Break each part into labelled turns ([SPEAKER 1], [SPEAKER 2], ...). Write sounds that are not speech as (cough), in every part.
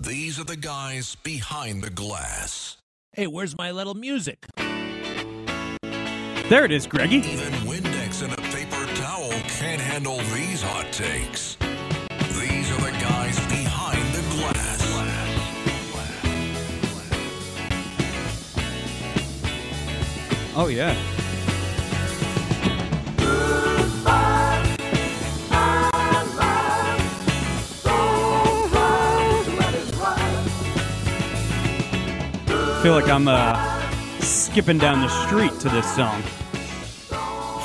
[SPEAKER 1] These are the guys behind the glass.
[SPEAKER 2] Hey, where's my little music? There it is, Greggy.
[SPEAKER 1] Even Windex and a paper towel can't handle these hot takes. These are the guys behind the glass.
[SPEAKER 2] Oh, yeah. feel like I'm uh, skipping down the street to this song.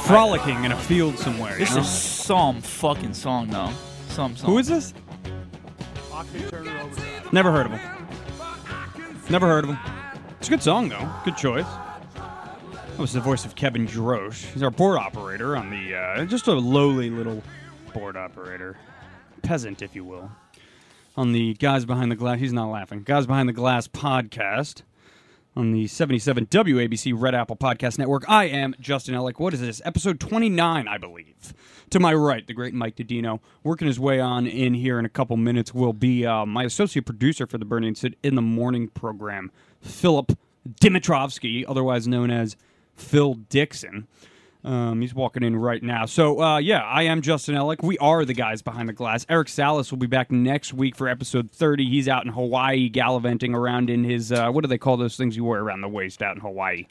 [SPEAKER 2] Frolicking in a field somewhere.
[SPEAKER 3] This
[SPEAKER 2] know?
[SPEAKER 3] is some fucking song, though. Some song.
[SPEAKER 2] Who is this? Never heard of him. Never heard of him. It's a good song, though. Good choice. That was the voice of Kevin Drosh. He's our board operator on the, uh, just a lowly little board operator. Peasant, if you will. On the Guys Behind the Glass, he's not laughing. Guys Behind the Glass podcast on the 77 WABC Red Apple Podcast Network. I am Justin Ellick. What is this? Episode 29, I believe. To my right, the great Mike Dodino, working his way on in here in a couple minutes, will be uh, my associate producer for the Bernie and Sid in the Morning program, Philip Dimitrovsky, otherwise known as Phil Dixon. Um, he's walking in right now. So, uh, yeah, I am Justin Ellick. We are the guys behind the glass. Eric Salas will be back next week for episode 30. He's out in Hawaii gallivanting around in his, uh, what do they call those things you wear around the waist out in Hawaii?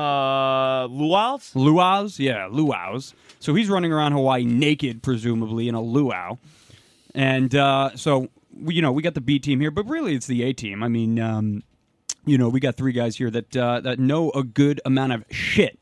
[SPEAKER 3] Uh, luau's?
[SPEAKER 2] Luau's, yeah, luau's. So he's running around Hawaii naked, presumably, in a luau. And uh, so, we, you know, we got the B team here, but really it's the A team. I mean, um, you know, we got three guys here that, uh, that know a good amount of shit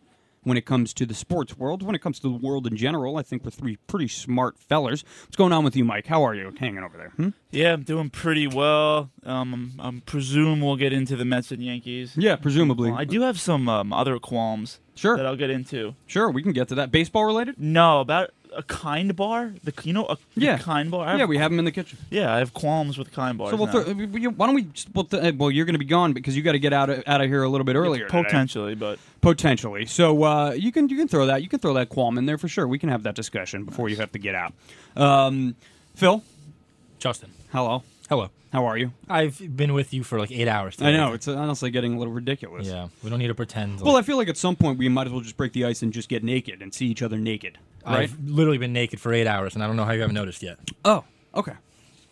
[SPEAKER 2] when it comes to the sports world, when it comes to the world in general. I think we're three pretty smart fellers. What's going on with you, Mike? How are you hanging over there? Hmm?
[SPEAKER 3] Yeah, I'm doing pretty well. Um, I'm, I'm, presume we'll get into the Mets and Yankees.
[SPEAKER 2] Yeah, presumably.
[SPEAKER 3] I do have some um, other qualms.
[SPEAKER 2] Sure.
[SPEAKER 3] That I'll get into.
[SPEAKER 2] Sure, we can get to that. Baseball related?
[SPEAKER 3] No, about a kind bar. The you know a yeah. kind bar.
[SPEAKER 2] Have, yeah, we have them in the kitchen.
[SPEAKER 3] Yeah, I have qualms with kind bars.
[SPEAKER 2] So we'll throw, why don't we? Just, we'll, th- well, you're going to be gone because you got to get out of, out of here a little bit earlier.
[SPEAKER 3] Yeah, potentially, today. but
[SPEAKER 2] potentially. So uh, you can you can throw that you can throw that qualm in there for sure. We can have that discussion before nice. you have to get out. Um, Phil,
[SPEAKER 4] Justin,
[SPEAKER 2] hello,
[SPEAKER 4] hello.
[SPEAKER 2] How are you?
[SPEAKER 4] I've been with you for like eight hours.
[SPEAKER 2] Today. I know it's honestly getting a little ridiculous.
[SPEAKER 4] Yeah, we don't need to pretend.
[SPEAKER 2] well, like, I feel like at some point we might as well just break the ice and just get naked and see each other naked. Right?
[SPEAKER 4] I've literally been naked for eight hours, and I don't know how you haven't noticed yet.
[SPEAKER 2] Oh, okay.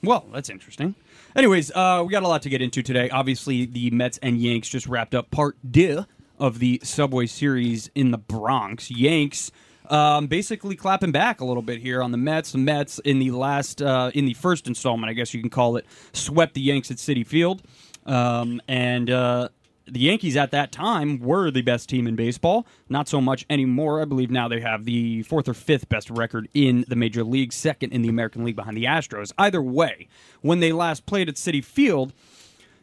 [SPEAKER 2] Well, that's interesting. Anyways, uh, we got a lot to get into today. Obviously, the Mets and Yanks just wrapped up part D of the Subway Series in the Bronx. Yanks um, basically clapping back a little bit here on the Mets. The Mets in the last, uh, in the first installment, I guess you can call it, swept the Yanks at City Field, um, and uh, the Yankees at that time were the best team in baseball. Not so much anymore. I believe now they have the fourth or fifth best record in the major league, second in the American League behind the Astros. Either way, when they last played at City Field.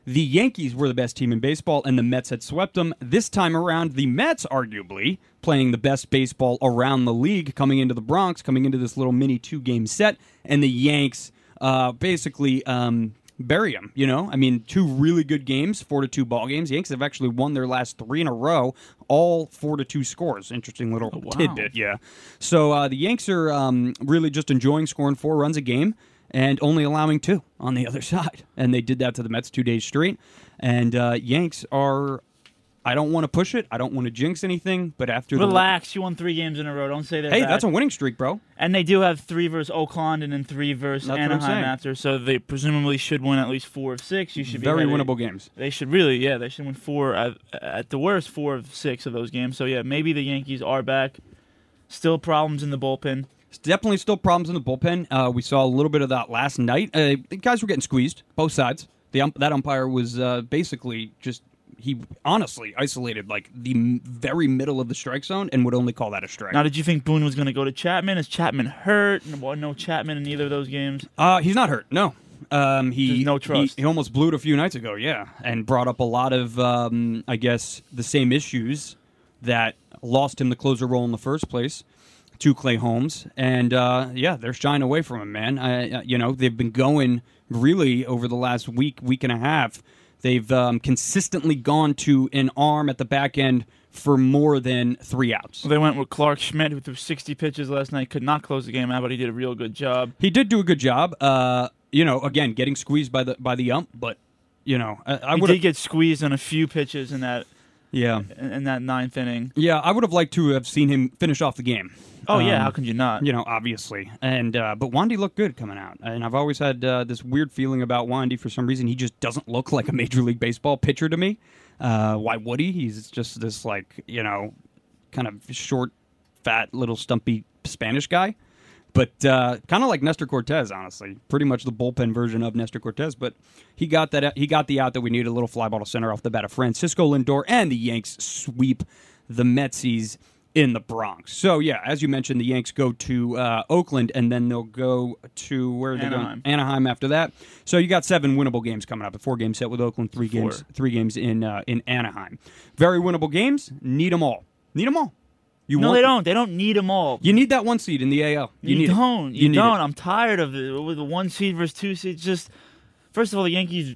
[SPEAKER 2] The Yankees were the best team in baseball, and the Mets had swept them. This time around, the Mets, arguably, playing the best baseball around the league, coming into the Bronx, coming into this little mini two game set, and the Yanks uh, basically um, bury them. You know, I mean, two really good games, four to two ball games. The Yanks have actually won their last three in a row, all four to two scores. Interesting little oh, wow. tidbit, yeah. So uh, the Yanks are um, really just enjoying scoring four runs a game and only allowing two on the (laughs) other side, and they did that to the Mets two days straight. And uh, Yanks are. I don't want to push it. I don't want to jinx anything. But after
[SPEAKER 3] relax, the... you won three games in a row. Don't say that.
[SPEAKER 2] Hey,
[SPEAKER 3] bad.
[SPEAKER 2] that's a winning streak, bro.
[SPEAKER 3] And they do have three versus Oakland and then three versus
[SPEAKER 2] that's
[SPEAKER 3] Anaheim after, so they presumably should win at least four of six. You should be
[SPEAKER 2] very winnable games.
[SPEAKER 3] They should really, yeah, they should win four at, at the worst four of six of those games. So yeah, maybe the Yankees are back. Still problems in the bullpen.
[SPEAKER 2] It's definitely still problems in the bullpen. Uh, we saw a little bit of that last night. Uh, the guys were getting squeezed, both sides. The ump- that umpire was uh, basically just he honestly isolated like the m- very middle of the strike zone and would only call that a strike.
[SPEAKER 3] Now, did you think Boone was going to go to Chapman? Is Chapman hurt? No, no Chapman in either of those games.
[SPEAKER 2] Uh, he's not hurt. No,
[SPEAKER 1] Um, he
[SPEAKER 2] There's no
[SPEAKER 1] he-
[SPEAKER 2] trust.
[SPEAKER 1] He, almost blew it a few nights ago, yeah, and brought up a lot of, um, I guess, the same issues that lost him the closer role in the first place to Clay Holmes, and uh, yeah, they're shying away from him, man. I, I- you know, they've been going really over the last week, week and a half. They've um, consistently gone to an arm at the back end for more than three outs.
[SPEAKER 2] They went with Clark Schmidt, who threw 60 pitches last night, could not close the game out, but he did a real good job.
[SPEAKER 1] He did do a good job. Uh, you know, again, getting squeezed by the by the ump, but you know, I, I
[SPEAKER 2] He
[SPEAKER 1] would
[SPEAKER 2] did get squeezed on a few pitches in that
[SPEAKER 1] yeah,
[SPEAKER 2] in that ninth inning.
[SPEAKER 1] yeah, I would have liked to have seen him finish off the game.
[SPEAKER 2] Oh yeah,
[SPEAKER 1] Um,
[SPEAKER 2] how could you not?
[SPEAKER 1] you know, obviously, and uh, but Wandy looked good coming out, and I've always had uh, this weird feeling about Wandy. For some reason, he just doesn't look like a major league baseball pitcher to me. Uh, why would he? He's just this like you know, kind of short, fat, little stumpy Spanish guy. But uh, kind of like Nestor Cortez, honestly, pretty much the bullpen version of Nestor Cortez. But he got that he got the out that we needed, a little fly ball to center off the bat of Francisco Lindor, and the Yanks sweep the Metsies in the Bronx. So yeah, as you mentioned, the Yanks go to uh, Oakland, and then they'll go to where are they
[SPEAKER 2] Anaheim.
[SPEAKER 1] going? Anaheim after that. So you got seven winnable games coming up. A four game set with Oakland, three
[SPEAKER 2] Four.
[SPEAKER 1] games, three games in uh, in Anaheim. Very winnable games. Need them all. Need them all. You
[SPEAKER 2] no,
[SPEAKER 1] want
[SPEAKER 2] they don't. They don't need them all.
[SPEAKER 1] You need that one seed in the AL. You,
[SPEAKER 2] You,
[SPEAKER 1] need it.
[SPEAKER 2] don't. You,
[SPEAKER 1] need it.
[SPEAKER 2] don't. I'm tired of it with the one seed versus two seed. Just first of all, the Yankees,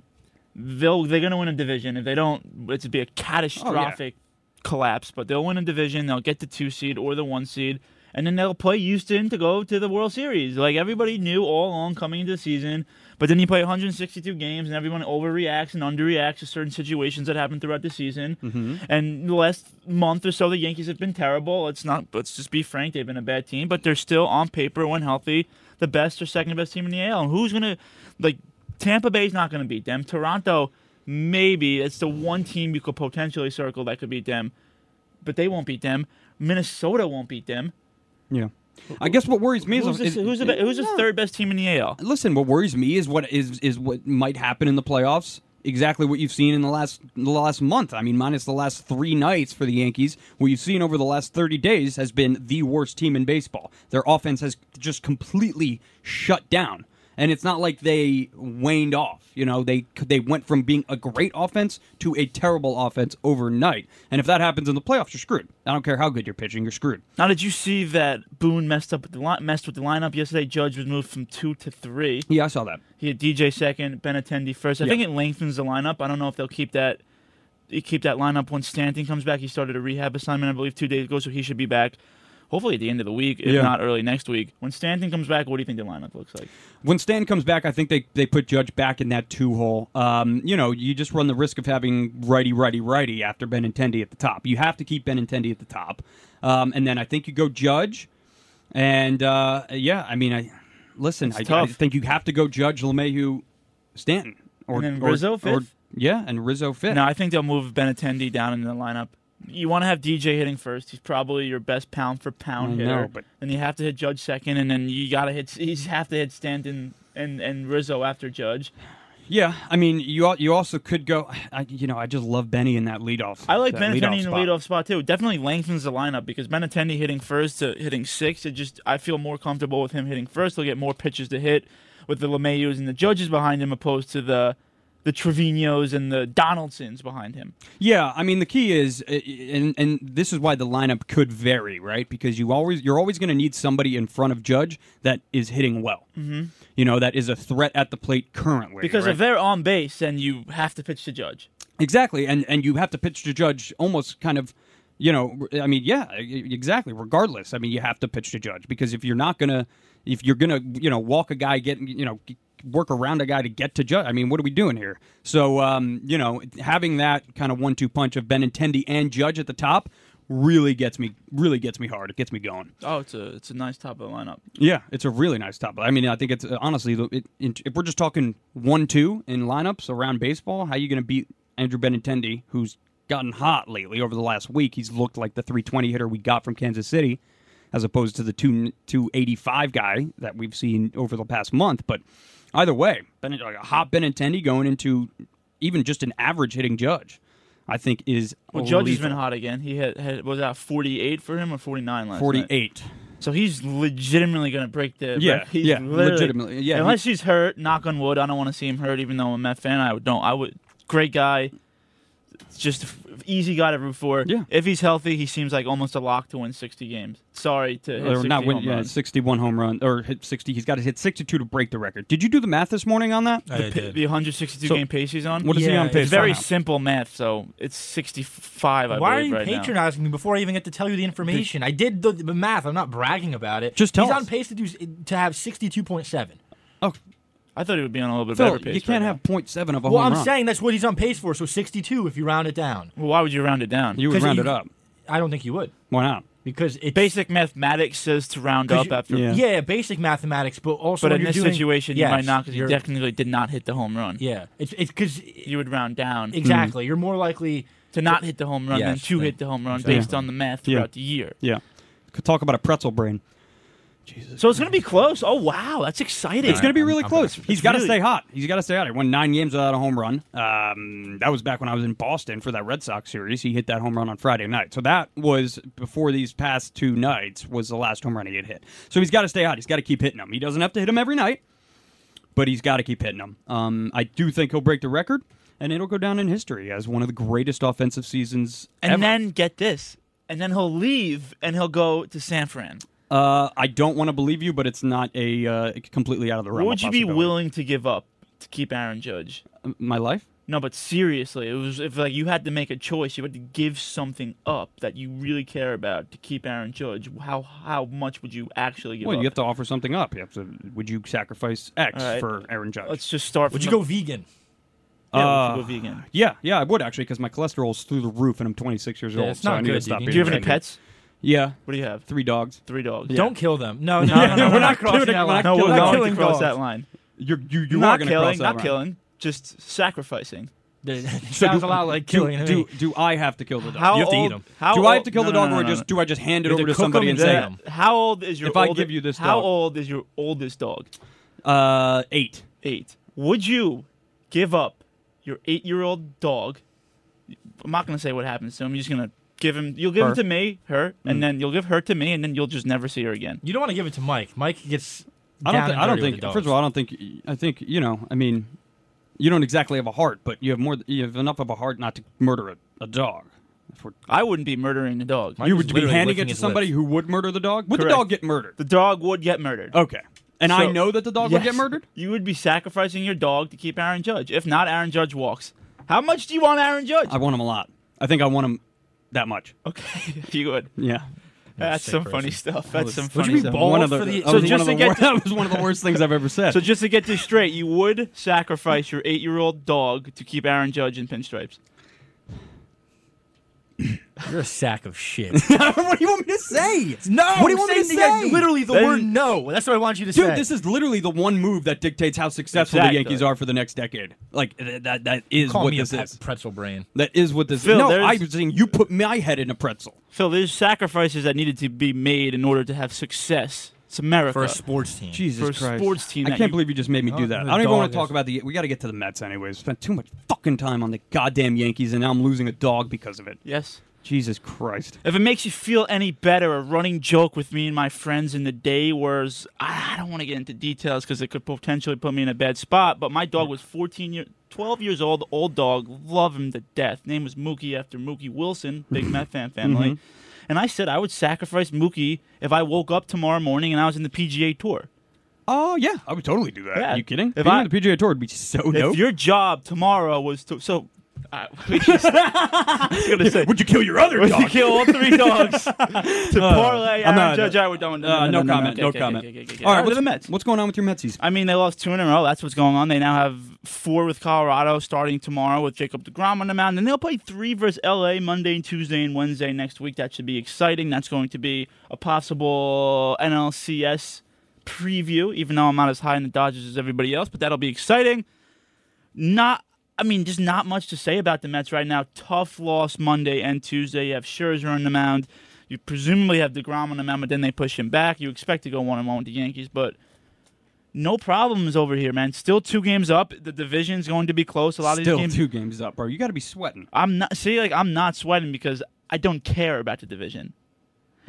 [SPEAKER 2] they'll they're gonna win a division. If they don't, it's
[SPEAKER 1] Oh,
[SPEAKER 2] be a catastrophic collapse. But they'll win a division. They'll get the two seed or the one seed, and then they'll play Houston to go to the World Series. Like everybody knew all along coming into the season. But then you play 162 games, and everyone overreacts and underreacts to certain situations that happen throughout the season. And the last month or so, the Yankees have been terrible. Let's not let's just be frank; they've been a bad team, but they're still on paper, when healthy, the best or second best team in the AL. And who's gonna like Tampa Bay's not gonna beat them. Toronto, maybe it's the one team you could potentially circle that could beat them, but they won't beat them. Minnesota won't beat them.
[SPEAKER 1] Yeah. I guess what worries me is
[SPEAKER 2] Who's the,
[SPEAKER 1] is-
[SPEAKER 2] who's the, be- who's the third best team in the AL?
[SPEAKER 1] listen, what worries me is what is is what might happen in the playoffs. Exactly what you've seen in the last the last month. I mean, minus the last three nights for the Yankees, what you've seen over the last thirty days has been the worst team in baseball. Their offense has just completely shut down, and it's not like they waned off. You know, they they went from being a great offense to a terrible offense overnight. And if that happens in the playoffs, you're screwed. I don't care how good you're pitching, you're screwed.
[SPEAKER 2] Now, did you see that Boone messed up with the li- messed with the lineup yesterday? Judge was moved from two to three.
[SPEAKER 1] Yeah, I saw that.
[SPEAKER 2] He had DJ second, Ben Attendee first. I
[SPEAKER 1] Yeah.
[SPEAKER 2] think it lengthens the lineup. I don't know if they'll keep that they keep that lineup when Stanton comes back. He started a rehab assignment, I believe, two days ago, so he should be back. Hopefully at the end of the week, if
[SPEAKER 1] Yeah.
[SPEAKER 2] not early next week. When Stanton comes back, what do you think the lineup looks like?
[SPEAKER 1] when Stan comes back, I think they, they put Judge back in that two hole. Um, you know, you just run the risk of having righty, righty, righty after Benintendi at the top. You have to keep Benintendi at the top, um, and then I think you go Judge, and uh, yeah, I mean, I listen, I, I
[SPEAKER 2] tough.
[SPEAKER 1] think you have to go Judge Lemayhew, Stanton, or
[SPEAKER 2] And then
[SPEAKER 1] or-
[SPEAKER 2] Rizzo
[SPEAKER 1] or-
[SPEAKER 2] fifth?
[SPEAKER 1] yeah, and Rizzo (laughs) fifth.
[SPEAKER 2] No, I think they'll move Ben Attendee down in the lineup. You want to have DJ hitting first. He's probably your best pound for pound
[SPEAKER 1] I
[SPEAKER 2] hitter.
[SPEAKER 1] know, but-
[SPEAKER 2] then you have to hit Judge second, and then you gotta hit. (laughs) You have to hit Stanton and and Rizzo after Judge.
[SPEAKER 1] yeah, I mean, you al- you also could go. I, you know, I just love Benny in that leadoff.
[SPEAKER 2] I like
[SPEAKER 1] that
[SPEAKER 2] Benatendi in the
[SPEAKER 1] spot.
[SPEAKER 2] leadoff spot too. Definitely lengthens the lineup because Benatendi hitting first to hitting sixth. It just I feel more comfortable with him hitting first. He'll get more pitches to hit with the Lemayus and the Judges behind him, opposed to the the Trevinos and the Donaldsons behind him.
[SPEAKER 1] Yeah, I mean the key is, uh, and and this is why the lineup could vary, right? Because you always you're always going to need somebody in front of Judge that is hitting well. Mm-hmm. You know that is a threat at the plate currently.
[SPEAKER 2] Because
[SPEAKER 1] right?
[SPEAKER 2] if they're on base, then you have to pitch to Judge.
[SPEAKER 1] Exactly, and and you have to pitch to Judge almost kind of, you know, I mean, yeah, e- exactly. Regardless, I mean, you have to pitch to Judge because if you're not gonna, if you're gonna, you know, walk a guy, get, you know, g- work around a guy to get to Judge. I mean, what are we doing here? So, um, you know, having that kind of one-two punch of Benintendi and Judge at the top really gets me, really gets me hard. It gets me going.
[SPEAKER 2] Oh, it's a it's a nice top of the lineup.
[SPEAKER 1] Yeah, it's a really nice top. I mean, I think it's uh, honestly, the- it, it, if we're just talking one-two in lineups around baseball, how you going to beat Andrew Benintendi, who's gotten hot lately over the last week? He's looked like the 320 hitter we got from Kansas City, as opposed to the two 285 guy that we've seen over the past month. But either way, ben, like a hot Benintendi going into even just an average hitting judge, I think is
[SPEAKER 2] Well, Judge has
[SPEAKER 1] lethal.
[SPEAKER 2] been hot again. He had, had was that 48 for him or 49 last night?
[SPEAKER 1] 48.
[SPEAKER 2] So he's legitimately gonna break the.
[SPEAKER 1] Yeah,
[SPEAKER 2] he's
[SPEAKER 1] yeah,
[SPEAKER 2] literally-
[SPEAKER 1] legitimately, yeah,
[SPEAKER 2] Unless he's hurt, knock on wood. I don't want to see him hurt, even though I'm a Met fan. I would- don't. I would. Great guy. Just f- easy guy to root for.
[SPEAKER 1] Yeah.
[SPEAKER 2] If he's healthy, he seems like almost a lock to win 60 games. Sorry to. hit
[SPEAKER 1] Or
[SPEAKER 2] 60
[SPEAKER 1] not win,
[SPEAKER 2] home
[SPEAKER 1] yeah,
[SPEAKER 2] runs.
[SPEAKER 1] 61 home run or hit 60. He's got to hit 62 to break the record. Did you do the math this morning on that?
[SPEAKER 4] I did.
[SPEAKER 2] The 162
[SPEAKER 1] So-
[SPEAKER 2] game pace he's on.
[SPEAKER 1] What is he
[SPEAKER 4] Yeah,
[SPEAKER 1] on
[SPEAKER 4] it's
[SPEAKER 1] pace?
[SPEAKER 2] It's very
[SPEAKER 1] for now?
[SPEAKER 2] simple math, so it's 65. I
[SPEAKER 4] Why are
[SPEAKER 2] believe,
[SPEAKER 4] you
[SPEAKER 2] right now.
[SPEAKER 4] patronizing me before I even get to tell you the information? I did the, the math. I'm not bragging about it.
[SPEAKER 1] Just tell
[SPEAKER 4] He's
[SPEAKER 1] us.
[SPEAKER 4] on pace to do to have 62.7.
[SPEAKER 1] Oh,
[SPEAKER 2] I thought he would be on a little bit
[SPEAKER 1] Phil,
[SPEAKER 2] better pace.
[SPEAKER 1] you can't
[SPEAKER 2] right
[SPEAKER 1] have
[SPEAKER 2] now.
[SPEAKER 1] point seven 0.7 of a
[SPEAKER 4] Well,
[SPEAKER 1] home
[SPEAKER 4] I'm
[SPEAKER 1] run.
[SPEAKER 4] saying that's what he's on pace for. So 62 if you round it down.
[SPEAKER 2] Well, why would you round it down?
[SPEAKER 1] you would
[SPEAKER 4] 'Cause
[SPEAKER 1] round
[SPEAKER 4] you-
[SPEAKER 1] it up.
[SPEAKER 4] I don't think you would
[SPEAKER 1] Why not?
[SPEAKER 4] because it's
[SPEAKER 2] Basic mathematics says to round
[SPEAKER 4] 'cause
[SPEAKER 2] up
[SPEAKER 4] you-
[SPEAKER 2] after.
[SPEAKER 1] Yeah.
[SPEAKER 4] Yeah. basic mathematics, but also
[SPEAKER 2] But
[SPEAKER 4] when
[SPEAKER 2] in
[SPEAKER 4] you're
[SPEAKER 2] this
[SPEAKER 4] doing-
[SPEAKER 2] situation,
[SPEAKER 4] Yes,
[SPEAKER 2] you might not because you
[SPEAKER 4] you're-
[SPEAKER 2] technically did not hit the home run.
[SPEAKER 4] Yeah, it's it's because
[SPEAKER 2] You would round down
[SPEAKER 1] Hmm.
[SPEAKER 4] exactly you're more likely.
[SPEAKER 2] to not hit the home run than
[SPEAKER 4] Yes,
[SPEAKER 2] to
[SPEAKER 4] then-
[SPEAKER 2] hit the home run
[SPEAKER 4] exactly.
[SPEAKER 2] based on the math
[SPEAKER 1] Yeah.
[SPEAKER 2] throughout the year.
[SPEAKER 1] Yeah. Could talk about a pretzel brain.
[SPEAKER 2] So it's going to be close. Oh, wow. That's exciting.
[SPEAKER 1] It's going to be really close. He's got to
[SPEAKER 2] really-
[SPEAKER 1] stay hot. He's got to stay hot. He won nine games without a home run. Um, that was back when I was in Boston for that Red Sox series. He hit that home run on Friday night. So that was before these past two nights was the last home run he had hit. So he's got to stay hot. He's got to keep hitting them. He doesn't have to hit them every night, but he's got to keep hitting them. Um, I do think he'll break the record, and it'll go down in history as one of the greatest offensive seasons
[SPEAKER 2] And
[SPEAKER 1] ever.
[SPEAKER 2] then get this. And then he'll leave and he'll go to San Fran.
[SPEAKER 1] uh, I don't want to believe you, but it's not a uh, completely out of the realm.
[SPEAKER 2] What
[SPEAKER 1] of
[SPEAKER 2] would you be
[SPEAKER 1] possibility.
[SPEAKER 2] willing to give up to keep Aaron Judge?
[SPEAKER 1] My life.
[SPEAKER 2] No, but seriously, it was if like you had to make a choice, you had to give something up that you really care about to keep Aaron Judge. How how much would you actually give
[SPEAKER 1] Well,
[SPEAKER 2] up?
[SPEAKER 1] you have to offer something up. You have to. Would you sacrifice X
[SPEAKER 2] All right.
[SPEAKER 1] for Aaron Judge?
[SPEAKER 2] Let's just start.
[SPEAKER 4] Would
[SPEAKER 2] from
[SPEAKER 4] you go
[SPEAKER 2] the-
[SPEAKER 4] vegan?
[SPEAKER 2] Yeah, would
[SPEAKER 1] Uh,
[SPEAKER 2] you go vegan?
[SPEAKER 1] yeah, yeah, I would actually because my cholesterol's through the roof and I'm 26 years
[SPEAKER 4] Yeah,
[SPEAKER 1] old.
[SPEAKER 4] it's
[SPEAKER 1] so
[SPEAKER 4] not
[SPEAKER 1] I need to
[SPEAKER 4] good,
[SPEAKER 1] stop.
[SPEAKER 4] dude.
[SPEAKER 1] being
[SPEAKER 2] Do you have any
[SPEAKER 1] vegan.
[SPEAKER 2] pets?
[SPEAKER 1] Yeah,
[SPEAKER 2] What do you have?
[SPEAKER 1] three dogs.
[SPEAKER 2] Three dogs.
[SPEAKER 4] Don't kill them.
[SPEAKER 1] (laughs)
[SPEAKER 4] No, no,
[SPEAKER 2] No,
[SPEAKER 4] no, no, no,
[SPEAKER 2] we're
[SPEAKER 4] no,
[SPEAKER 2] not
[SPEAKER 4] crossing
[SPEAKER 1] doing it.
[SPEAKER 4] that
[SPEAKER 1] We're
[SPEAKER 4] line.
[SPEAKER 1] not
[SPEAKER 2] No, we're
[SPEAKER 1] killing
[SPEAKER 2] not
[SPEAKER 1] dogs.
[SPEAKER 2] going to cross
[SPEAKER 4] dogs.
[SPEAKER 2] that line.
[SPEAKER 1] You're, you you are
[SPEAKER 2] not
[SPEAKER 1] gonna
[SPEAKER 2] killing,
[SPEAKER 1] cross that
[SPEAKER 2] not
[SPEAKER 1] line.
[SPEAKER 2] killing, just sacrificing.
[SPEAKER 4] It
[SPEAKER 1] So
[SPEAKER 4] (laughs) sounds
[SPEAKER 1] do-
[SPEAKER 4] a lot like
[SPEAKER 1] do-
[SPEAKER 4] killing. to
[SPEAKER 1] Do,
[SPEAKER 4] me.
[SPEAKER 1] do I have to kill the dog?
[SPEAKER 2] How
[SPEAKER 4] You have to eat
[SPEAKER 2] old,
[SPEAKER 4] them.
[SPEAKER 2] How
[SPEAKER 1] do
[SPEAKER 2] old,
[SPEAKER 1] I have to kill
[SPEAKER 2] no,
[SPEAKER 1] the
[SPEAKER 2] no,
[SPEAKER 1] dog,
[SPEAKER 2] no,
[SPEAKER 1] or
[SPEAKER 2] no,
[SPEAKER 1] just
[SPEAKER 2] no.
[SPEAKER 1] do I just hand it
[SPEAKER 4] You have
[SPEAKER 1] over to
[SPEAKER 4] to cook
[SPEAKER 1] somebody
[SPEAKER 4] them
[SPEAKER 1] and
[SPEAKER 4] to
[SPEAKER 1] say,
[SPEAKER 4] death.
[SPEAKER 2] Uh, How old is your?
[SPEAKER 1] If I
[SPEAKER 2] olde-
[SPEAKER 1] give you this
[SPEAKER 2] how
[SPEAKER 1] dog.
[SPEAKER 2] old is your oldest dog?
[SPEAKER 1] uh, eight?
[SPEAKER 2] Eight. Would you give up your eight-year-old dog? I'm not gonna say what happens to him. You're just gonna give him. You'll give
[SPEAKER 1] Her. Mm.
[SPEAKER 2] him to me, her, and then you'll give her to me, and then you'll just never see her again.
[SPEAKER 4] You don't want to give it to Mike. Mike gets.
[SPEAKER 1] I don't.
[SPEAKER 4] down
[SPEAKER 1] thi-
[SPEAKER 4] and
[SPEAKER 1] I don't
[SPEAKER 4] dirty with
[SPEAKER 1] think.
[SPEAKER 4] the
[SPEAKER 1] First of
[SPEAKER 4] dogs.
[SPEAKER 1] all, I don't think. I think you know. I mean, you don't exactly have a heart, but you have more. You have enough of a heart not to murder a, a dog. If we're
[SPEAKER 2] I wouldn't be murdering the dog.
[SPEAKER 4] Mike
[SPEAKER 1] You
[SPEAKER 4] is
[SPEAKER 1] would be
[SPEAKER 4] literally
[SPEAKER 1] handing
[SPEAKER 4] licking
[SPEAKER 1] it to
[SPEAKER 4] his
[SPEAKER 1] somebody
[SPEAKER 4] lips.
[SPEAKER 1] who would murder the dog? Would the
[SPEAKER 2] Correct.
[SPEAKER 1] dog get murdered?
[SPEAKER 2] the dog would get murdered.
[SPEAKER 1] Okay. Oh, And I
[SPEAKER 2] So-
[SPEAKER 1] know that the dog would
[SPEAKER 2] Yes.
[SPEAKER 1] get murdered?
[SPEAKER 2] You would be sacrificing your dog to keep Aaron Judge. If not, Aaron Judge walks. How much do you want Aaron Judge?
[SPEAKER 1] I want him a lot. I think I want him that much.
[SPEAKER 2] okay, (laughs) you would.
[SPEAKER 1] Yeah.
[SPEAKER 2] That's
[SPEAKER 4] sick
[SPEAKER 2] some
[SPEAKER 4] person.
[SPEAKER 2] funny stuff. That's some
[SPEAKER 4] would you
[SPEAKER 2] funny
[SPEAKER 4] be
[SPEAKER 2] stuff.
[SPEAKER 4] bald
[SPEAKER 1] One of the,
[SPEAKER 4] for the-
[SPEAKER 1] that
[SPEAKER 4] So
[SPEAKER 1] was
[SPEAKER 2] just
[SPEAKER 1] one of
[SPEAKER 2] to
[SPEAKER 1] the
[SPEAKER 2] get
[SPEAKER 1] wor- (laughs) that was one of the worst things I've ever said.
[SPEAKER 2] So just to get this straight, you would sacrifice your eight-year-old dog to keep Aaron Judge in pinstripes.
[SPEAKER 4] You're (laughs) a sack of
[SPEAKER 1] (laughs)
[SPEAKER 4] shit.
[SPEAKER 1] what do you want me to say?
[SPEAKER 4] No,
[SPEAKER 1] What do you want me to say?
[SPEAKER 4] Literally the
[SPEAKER 2] Then-
[SPEAKER 4] word no. That's what I want you to
[SPEAKER 1] Dude,
[SPEAKER 4] say.
[SPEAKER 1] this is literally the one move that dictates how successful
[SPEAKER 2] Exactly.
[SPEAKER 1] the Yankees are for the next decade. Like th- that that is
[SPEAKER 4] Call
[SPEAKER 1] what
[SPEAKER 4] me a
[SPEAKER 1] this
[SPEAKER 4] pe-
[SPEAKER 1] is. Uh,
[SPEAKER 4] pretzel brain.
[SPEAKER 1] That is what this is.
[SPEAKER 2] Phil,
[SPEAKER 1] No,
[SPEAKER 2] there's-
[SPEAKER 1] I was saying you put my head in a pretzel.
[SPEAKER 2] So there's sacrifices that needed to be made in order to have success. It's America.
[SPEAKER 4] For a sports team.
[SPEAKER 2] For a Christ. sports team
[SPEAKER 1] I
[SPEAKER 2] that
[SPEAKER 1] can't
[SPEAKER 2] you-
[SPEAKER 1] believe you just made me do
[SPEAKER 4] Oh,
[SPEAKER 1] that. I
[SPEAKER 4] the
[SPEAKER 1] don't even want
[SPEAKER 4] dog
[SPEAKER 1] to talk
[SPEAKER 4] is-
[SPEAKER 1] about the. We got to get to the Mets anyways. Spent too much fucking time on the goddamn Yankees, and now I'm losing a dog because of it.
[SPEAKER 2] yes.
[SPEAKER 1] Jesus Christ.
[SPEAKER 2] If it makes you feel any better, a running joke with me and my friends in the day was I I don't want to get into details because it could potentially put me in a bad spot. But my dog was 14 year, 12 years old, old dog, love him to death. Name was Mookie after Mookie Wilson, big Met fan family. And I said I would sacrifice Mookie if I woke up tomorrow morning and I was in the PGA Tour.
[SPEAKER 1] Oh yeah, I would totally do that.
[SPEAKER 2] Yeah.
[SPEAKER 1] Are you kidding?
[SPEAKER 2] If
[SPEAKER 1] Being
[SPEAKER 2] I-
[SPEAKER 1] on the PGA Tour would be so
[SPEAKER 2] If
[SPEAKER 1] dope.
[SPEAKER 2] your job tomorrow was to so, uh, (laughs) I was gonna say.
[SPEAKER 1] Would you kill your other (laughs)
[SPEAKER 2] Would
[SPEAKER 1] dog? Uh,
[SPEAKER 2] you kill all three dogs Uh, to parlay
[SPEAKER 1] I'm
[SPEAKER 2] Aaron
[SPEAKER 1] not-
[SPEAKER 2] Judge? I would don't.
[SPEAKER 1] uh, no, comment.
[SPEAKER 2] okay,
[SPEAKER 1] No
[SPEAKER 2] okay,
[SPEAKER 1] comment.
[SPEAKER 2] okay, okay, okay, okay.
[SPEAKER 1] All right,
[SPEAKER 2] They're
[SPEAKER 1] what's,
[SPEAKER 2] the Mets.
[SPEAKER 1] what's going on with your Metsies?
[SPEAKER 2] I mean, they lost two in a row. That's what's going on. They now have four with Colorado starting tomorrow with Jacob DeGrom on the mound. And they'll play three versus LA Monday and Tuesday and Wednesday next week. That should be exciting. That's going to be a possible NLCS preview, even though I'm not as high in the Dodgers as everybody else, but that'll be exciting. Not. I mean, just not much to say about the Mets right now. Tough loss Monday and Tuesday. You have Scherzer on the mound. You presumably have DeGrom on the mound, but then they push him back. You expect to go one on one with the Yankees, but no problems over here, man. Still two games up. The division's going to be close. A lot
[SPEAKER 1] Still
[SPEAKER 2] of these games.
[SPEAKER 1] two games up, bro. You got to be sweating.
[SPEAKER 2] I'm not see like I'm not sweating because I don't care about the division.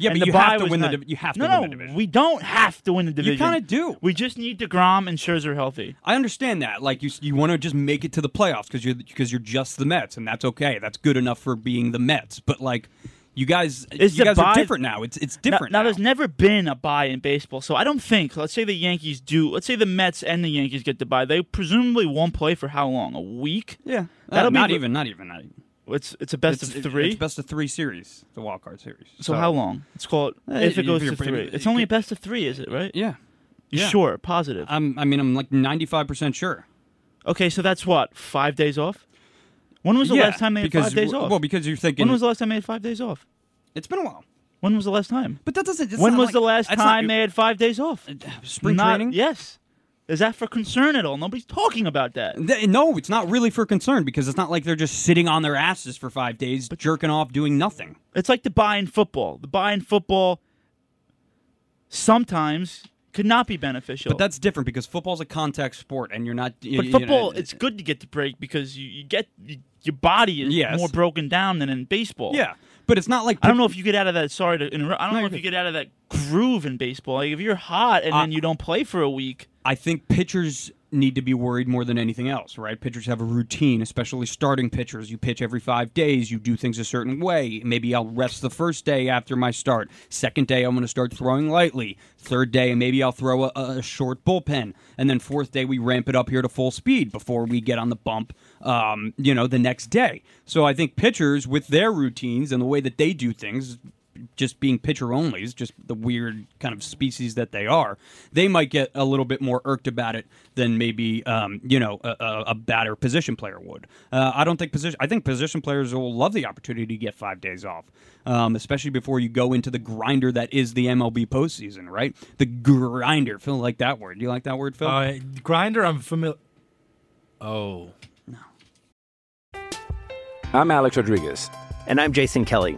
[SPEAKER 1] Yeah, but
[SPEAKER 2] and the
[SPEAKER 1] you
[SPEAKER 2] bye
[SPEAKER 1] have to
[SPEAKER 2] was
[SPEAKER 1] win the
[SPEAKER 2] not-
[SPEAKER 1] div- you have to
[SPEAKER 2] no,
[SPEAKER 1] win
[SPEAKER 2] no,
[SPEAKER 1] the division.
[SPEAKER 2] We don't have to win the division.
[SPEAKER 1] kinda do.
[SPEAKER 2] We just need Degrom and Scherzer healthy.
[SPEAKER 1] I understand that. Like you, you want to just make it to the playoffs because you're because you're just the Mets, and that's okay. That's good enough for being the Mets. But like, you guys,
[SPEAKER 2] Is
[SPEAKER 1] you
[SPEAKER 2] the
[SPEAKER 1] guys are
[SPEAKER 2] buy-
[SPEAKER 1] different now. It's it's different
[SPEAKER 2] Now,
[SPEAKER 1] now.
[SPEAKER 2] now there's never been a buy in baseball, so I don't think. Let's say the Yankees do. Let's say the Mets and the Yankees get the buy. They presumably won't play for how long? A week?
[SPEAKER 1] yeah,
[SPEAKER 2] That'll
[SPEAKER 1] that'll
[SPEAKER 2] be
[SPEAKER 1] not
[SPEAKER 2] the-
[SPEAKER 1] even, not even, not even.
[SPEAKER 2] It's it's a best
[SPEAKER 1] It's-
[SPEAKER 2] of
[SPEAKER 1] it-
[SPEAKER 2] three.
[SPEAKER 1] It's best of three series, the wild card series.
[SPEAKER 2] so, how long? It's called
[SPEAKER 1] Uh,
[SPEAKER 2] if it
[SPEAKER 1] if
[SPEAKER 2] goes
[SPEAKER 1] you're
[SPEAKER 2] to
[SPEAKER 1] pretty-
[SPEAKER 2] three.
[SPEAKER 1] it
[SPEAKER 2] It's only a
[SPEAKER 1] could-
[SPEAKER 2] best of three, is it right?
[SPEAKER 1] Yeah,
[SPEAKER 2] You
[SPEAKER 1] yeah. Uh,
[SPEAKER 2] Sure, positive.
[SPEAKER 1] I'm. I mean, I'm like 95 percent sure.
[SPEAKER 2] okay, so that's what five days off. When was the
[SPEAKER 1] Yeah,
[SPEAKER 2] last time they had
[SPEAKER 1] because
[SPEAKER 2] five days
[SPEAKER 1] w-
[SPEAKER 2] off?
[SPEAKER 1] Well, because you're thinking
[SPEAKER 2] when was the last time they had five days off?
[SPEAKER 1] it's been a while.
[SPEAKER 2] When was the last time?
[SPEAKER 1] But that (laughs) doesn't. it's
[SPEAKER 2] when
[SPEAKER 1] not
[SPEAKER 2] was
[SPEAKER 1] like-
[SPEAKER 2] the last
[SPEAKER 1] that's not- Uh,
[SPEAKER 2] time they had five days off?
[SPEAKER 1] spring
[SPEAKER 2] Not-
[SPEAKER 1] training?
[SPEAKER 2] Yes. Is that for concern at all? Nobody's talking about that.
[SPEAKER 1] Th- No, it's not really for concern because it's not like they're just sitting on their asses for five days, jerking off, doing nothing.
[SPEAKER 2] It's like the buy in football. The buy in football sometimes could not be beneficial.
[SPEAKER 1] But that's different because football's a contact sport, and you're not. y-
[SPEAKER 2] But
[SPEAKER 1] you know,
[SPEAKER 2] football, it's good to get the break because you, you get you, your body is
[SPEAKER 1] Yes.
[SPEAKER 2] more broken down than in baseball.
[SPEAKER 1] Yeah, but it's not like
[SPEAKER 2] I don't know if you get out of that. Sorry to interrupt. I don't
[SPEAKER 1] No,
[SPEAKER 2] know
[SPEAKER 1] you're
[SPEAKER 2] if you
[SPEAKER 1] good.
[SPEAKER 2] get out of that groove in baseball. Like if you're hot and
[SPEAKER 1] Uh,
[SPEAKER 2] then you don't play for a week,
[SPEAKER 1] I think pitchers need to be worried more than anything else, right? Pitchers have a routine, especially starting pitchers. You pitch every five days, you do things a certain way. Maybe I'll rest the first day after my start. Second day, I'm going to start throwing lightly. Third day, maybe I'll throw a, a short bullpen. And then fourth day, we ramp it up here to full speed before we get on the bump, um, you know, the next day. So I think pitchers, with their routines and the way that they do things, just being pitcher only is just the weird kind of species that they are. They might get a little bit more irked about it than maybe um, you know a, a, a batter position player would. Uh, I don't think position. I think position players will love the opportunity to get five days off, um, especially before you go into the grinder that is the MLB postseason. Right, the grinder. Phil, like that word. Do you like that word, Phil?
[SPEAKER 4] Uh, grinder, I'm familiar. Oh.
[SPEAKER 5] I'm Alex Rodriguez.
[SPEAKER 6] And I'm Jason Kelly.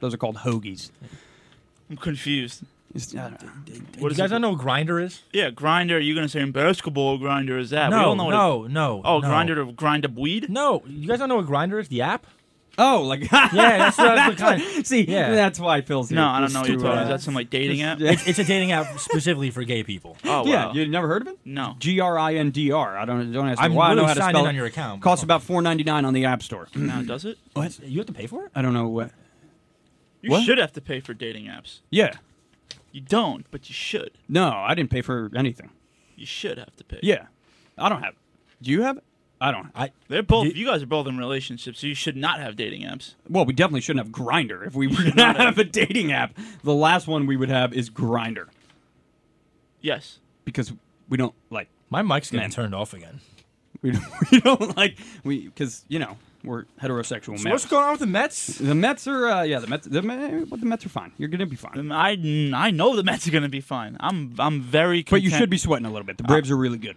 [SPEAKER 1] Those are called hoagies.
[SPEAKER 2] I'm confused.
[SPEAKER 1] It's- I don't know.
[SPEAKER 4] What you guys not know what grinder is?
[SPEAKER 2] Yeah, grinder. You're gonna say in basketball grinder is that?
[SPEAKER 4] no,
[SPEAKER 2] we all know what
[SPEAKER 4] no,
[SPEAKER 2] it-
[SPEAKER 4] no.
[SPEAKER 2] Oh,
[SPEAKER 4] no.
[SPEAKER 2] grinder to grind up weed.
[SPEAKER 4] No, you guys don't know what grinder is? The app?
[SPEAKER 1] Oh, like (laughs)
[SPEAKER 4] Yeah, that's what I was looking-
[SPEAKER 1] See,
[SPEAKER 4] Yeah.
[SPEAKER 1] that's why Phil's here.
[SPEAKER 2] No, I don't know what you're
[SPEAKER 1] Just
[SPEAKER 2] talking.
[SPEAKER 1] to,
[SPEAKER 2] about. Is
[SPEAKER 1] uh,
[SPEAKER 2] that some like dating app?
[SPEAKER 1] Yeah.
[SPEAKER 4] It's a dating app specifically for gay
[SPEAKER 1] (gasps)
[SPEAKER 4] people.
[SPEAKER 1] (laughs)
[SPEAKER 2] Oh,
[SPEAKER 1] yeah,
[SPEAKER 2] wow.
[SPEAKER 1] you never heard of it?
[SPEAKER 2] No.
[SPEAKER 1] G R I N D R. I don't don't ask me
[SPEAKER 4] I'm
[SPEAKER 1] why. I know
[SPEAKER 4] really
[SPEAKER 1] how to
[SPEAKER 4] signed
[SPEAKER 1] spell
[SPEAKER 4] in
[SPEAKER 1] it.
[SPEAKER 4] on your account, but-
[SPEAKER 1] Costs about four ninety nine on the App
[SPEAKER 2] (clears throat)
[SPEAKER 1] Store.
[SPEAKER 2] Now does it?
[SPEAKER 4] You have to pay for it?
[SPEAKER 1] I don't know what.
[SPEAKER 2] You
[SPEAKER 1] What?
[SPEAKER 2] should have to pay for dating apps.
[SPEAKER 1] Yeah.
[SPEAKER 2] You don't, but you should.
[SPEAKER 1] No, I didn't pay for anything.
[SPEAKER 2] You should have to pay.
[SPEAKER 1] Yeah, I don't have. It. Do you have? It? I don't.
[SPEAKER 4] I
[SPEAKER 2] They're both. You guys are both in relationships, so you should not have dating apps.
[SPEAKER 1] Well, we definitely shouldn't have Grinder if we were
[SPEAKER 2] (laughs)
[SPEAKER 1] gonna have a dating app. The last one we would have is Grinder
[SPEAKER 2] Yes.
[SPEAKER 1] because we don't like (laughs)
[SPEAKER 4] my mic's getting
[SPEAKER 1] Man.
[SPEAKER 4] turned off again.
[SPEAKER 1] we don't, we don't like we because you know we're heterosexual.
[SPEAKER 4] So
[SPEAKER 1] males.
[SPEAKER 4] what's going on with the Mets?
[SPEAKER 1] The Mets are, uh, yeah, the Mets. The, Me- well, the Mets are fine. You're gonna be fine,
[SPEAKER 2] Mm, I, I know the Mets are going to be fine. I'm I'm very.
[SPEAKER 1] but you
[SPEAKER 2] content.
[SPEAKER 1] should be sweating a little bit. The Braves are really good.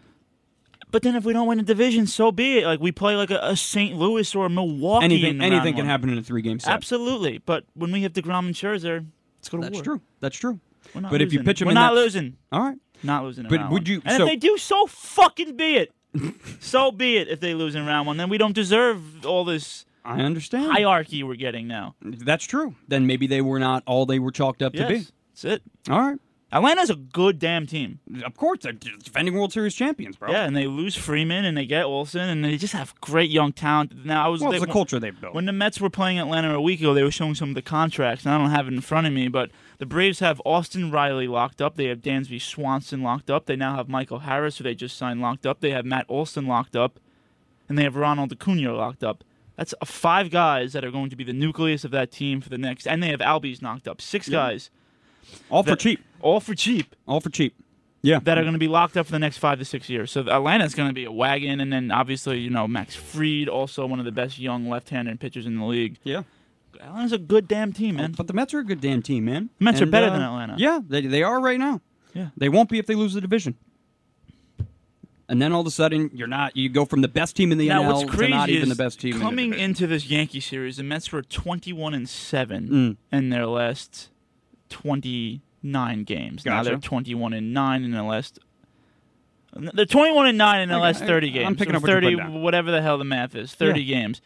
[SPEAKER 2] But then if we don't win the division, so be it. Like we play like a, a St. Louis or a Milwaukee. in
[SPEAKER 1] Anything,
[SPEAKER 2] the
[SPEAKER 1] anything
[SPEAKER 2] round
[SPEAKER 1] can
[SPEAKER 2] one.
[SPEAKER 1] happen in a three game set.
[SPEAKER 2] Absolutely. But when we have Degrom and Scherzer, it's going to
[SPEAKER 1] that's
[SPEAKER 2] work.
[SPEAKER 1] true. That's true.
[SPEAKER 2] We're not
[SPEAKER 1] But if you
[SPEAKER 2] losing.
[SPEAKER 1] pitch 'em
[SPEAKER 2] we're
[SPEAKER 1] in
[SPEAKER 2] not
[SPEAKER 1] that-
[SPEAKER 2] losing.
[SPEAKER 1] All right.
[SPEAKER 2] Not losing. in
[SPEAKER 1] But
[SPEAKER 2] round
[SPEAKER 1] would
[SPEAKER 2] one.
[SPEAKER 1] you-
[SPEAKER 2] And
[SPEAKER 1] so-
[SPEAKER 2] if they do, so fucking be it. (laughs) so be it. If they lose in round one, then we don't deserve all this
[SPEAKER 1] I understand.
[SPEAKER 2] hierarchy we're getting now.
[SPEAKER 1] that's true. Then maybe they were not all they were chalked up
[SPEAKER 2] Yes,
[SPEAKER 1] to be.
[SPEAKER 2] that's it.
[SPEAKER 1] All right.
[SPEAKER 2] Atlanta's a good damn team.
[SPEAKER 1] Of course, they're defending World Series champions, bro.
[SPEAKER 2] Yeah, and they lose Freeman and they get Olson and they just have great young talent. Now I was
[SPEAKER 1] Well,
[SPEAKER 2] they-
[SPEAKER 1] it's the culture they've built.
[SPEAKER 2] When the Mets were playing Atlanta a week ago, they were showing some of the contracts, and I don't have it in front of me, but the Braves have Austin Riley locked up. They have Dansby Swanson locked up. They now have Michael Harris, who they just signed, locked up. They have Matt Olson locked up, and they have Ronald Acuna locked up. That's uh, five guys that are going to be the nucleus of that team for the next, and they have Albies knocked up. Six guys,
[SPEAKER 1] all for
[SPEAKER 2] that-
[SPEAKER 1] cheap.
[SPEAKER 2] all for cheap,
[SPEAKER 1] All for cheap. Yeah.
[SPEAKER 2] that are going to be locked up for the next five to six years. So Atlanta's going to be a wagon, and then obviously you know Max Freed, also one of the best young left-handed pitchers in the league
[SPEAKER 1] yeah.
[SPEAKER 2] Atlanta's a good damn team, man.
[SPEAKER 1] But the Mets are a good damn team, man. uh,
[SPEAKER 2] Mets are better than Atlanta.
[SPEAKER 1] Yeah, they, they are right now.
[SPEAKER 2] Yeah.
[SPEAKER 1] They won't be if they lose the division. And then all of a sudden, you're not. You go from the best team in the
[SPEAKER 2] Now,
[SPEAKER 1] NL
[SPEAKER 2] what's
[SPEAKER 1] to
[SPEAKER 2] crazy
[SPEAKER 1] not even
[SPEAKER 2] is
[SPEAKER 1] the best team. in the
[SPEAKER 2] coming
[SPEAKER 1] division.
[SPEAKER 2] into this Yankee series, the Mets were 21 and seven
[SPEAKER 1] Mm.
[SPEAKER 2] in their last 29 games. Now
[SPEAKER 1] Gotcha.
[SPEAKER 2] they're 21 and nine in their last. They're 21 and nine in their
[SPEAKER 1] Okay,
[SPEAKER 2] last 30
[SPEAKER 1] I'm
[SPEAKER 2] games.
[SPEAKER 1] picking
[SPEAKER 2] or
[SPEAKER 1] up what you're
[SPEAKER 2] 30,
[SPEAKER 1] putting down.
[SPEAKER 2] whatever the hell the math is, 30 games.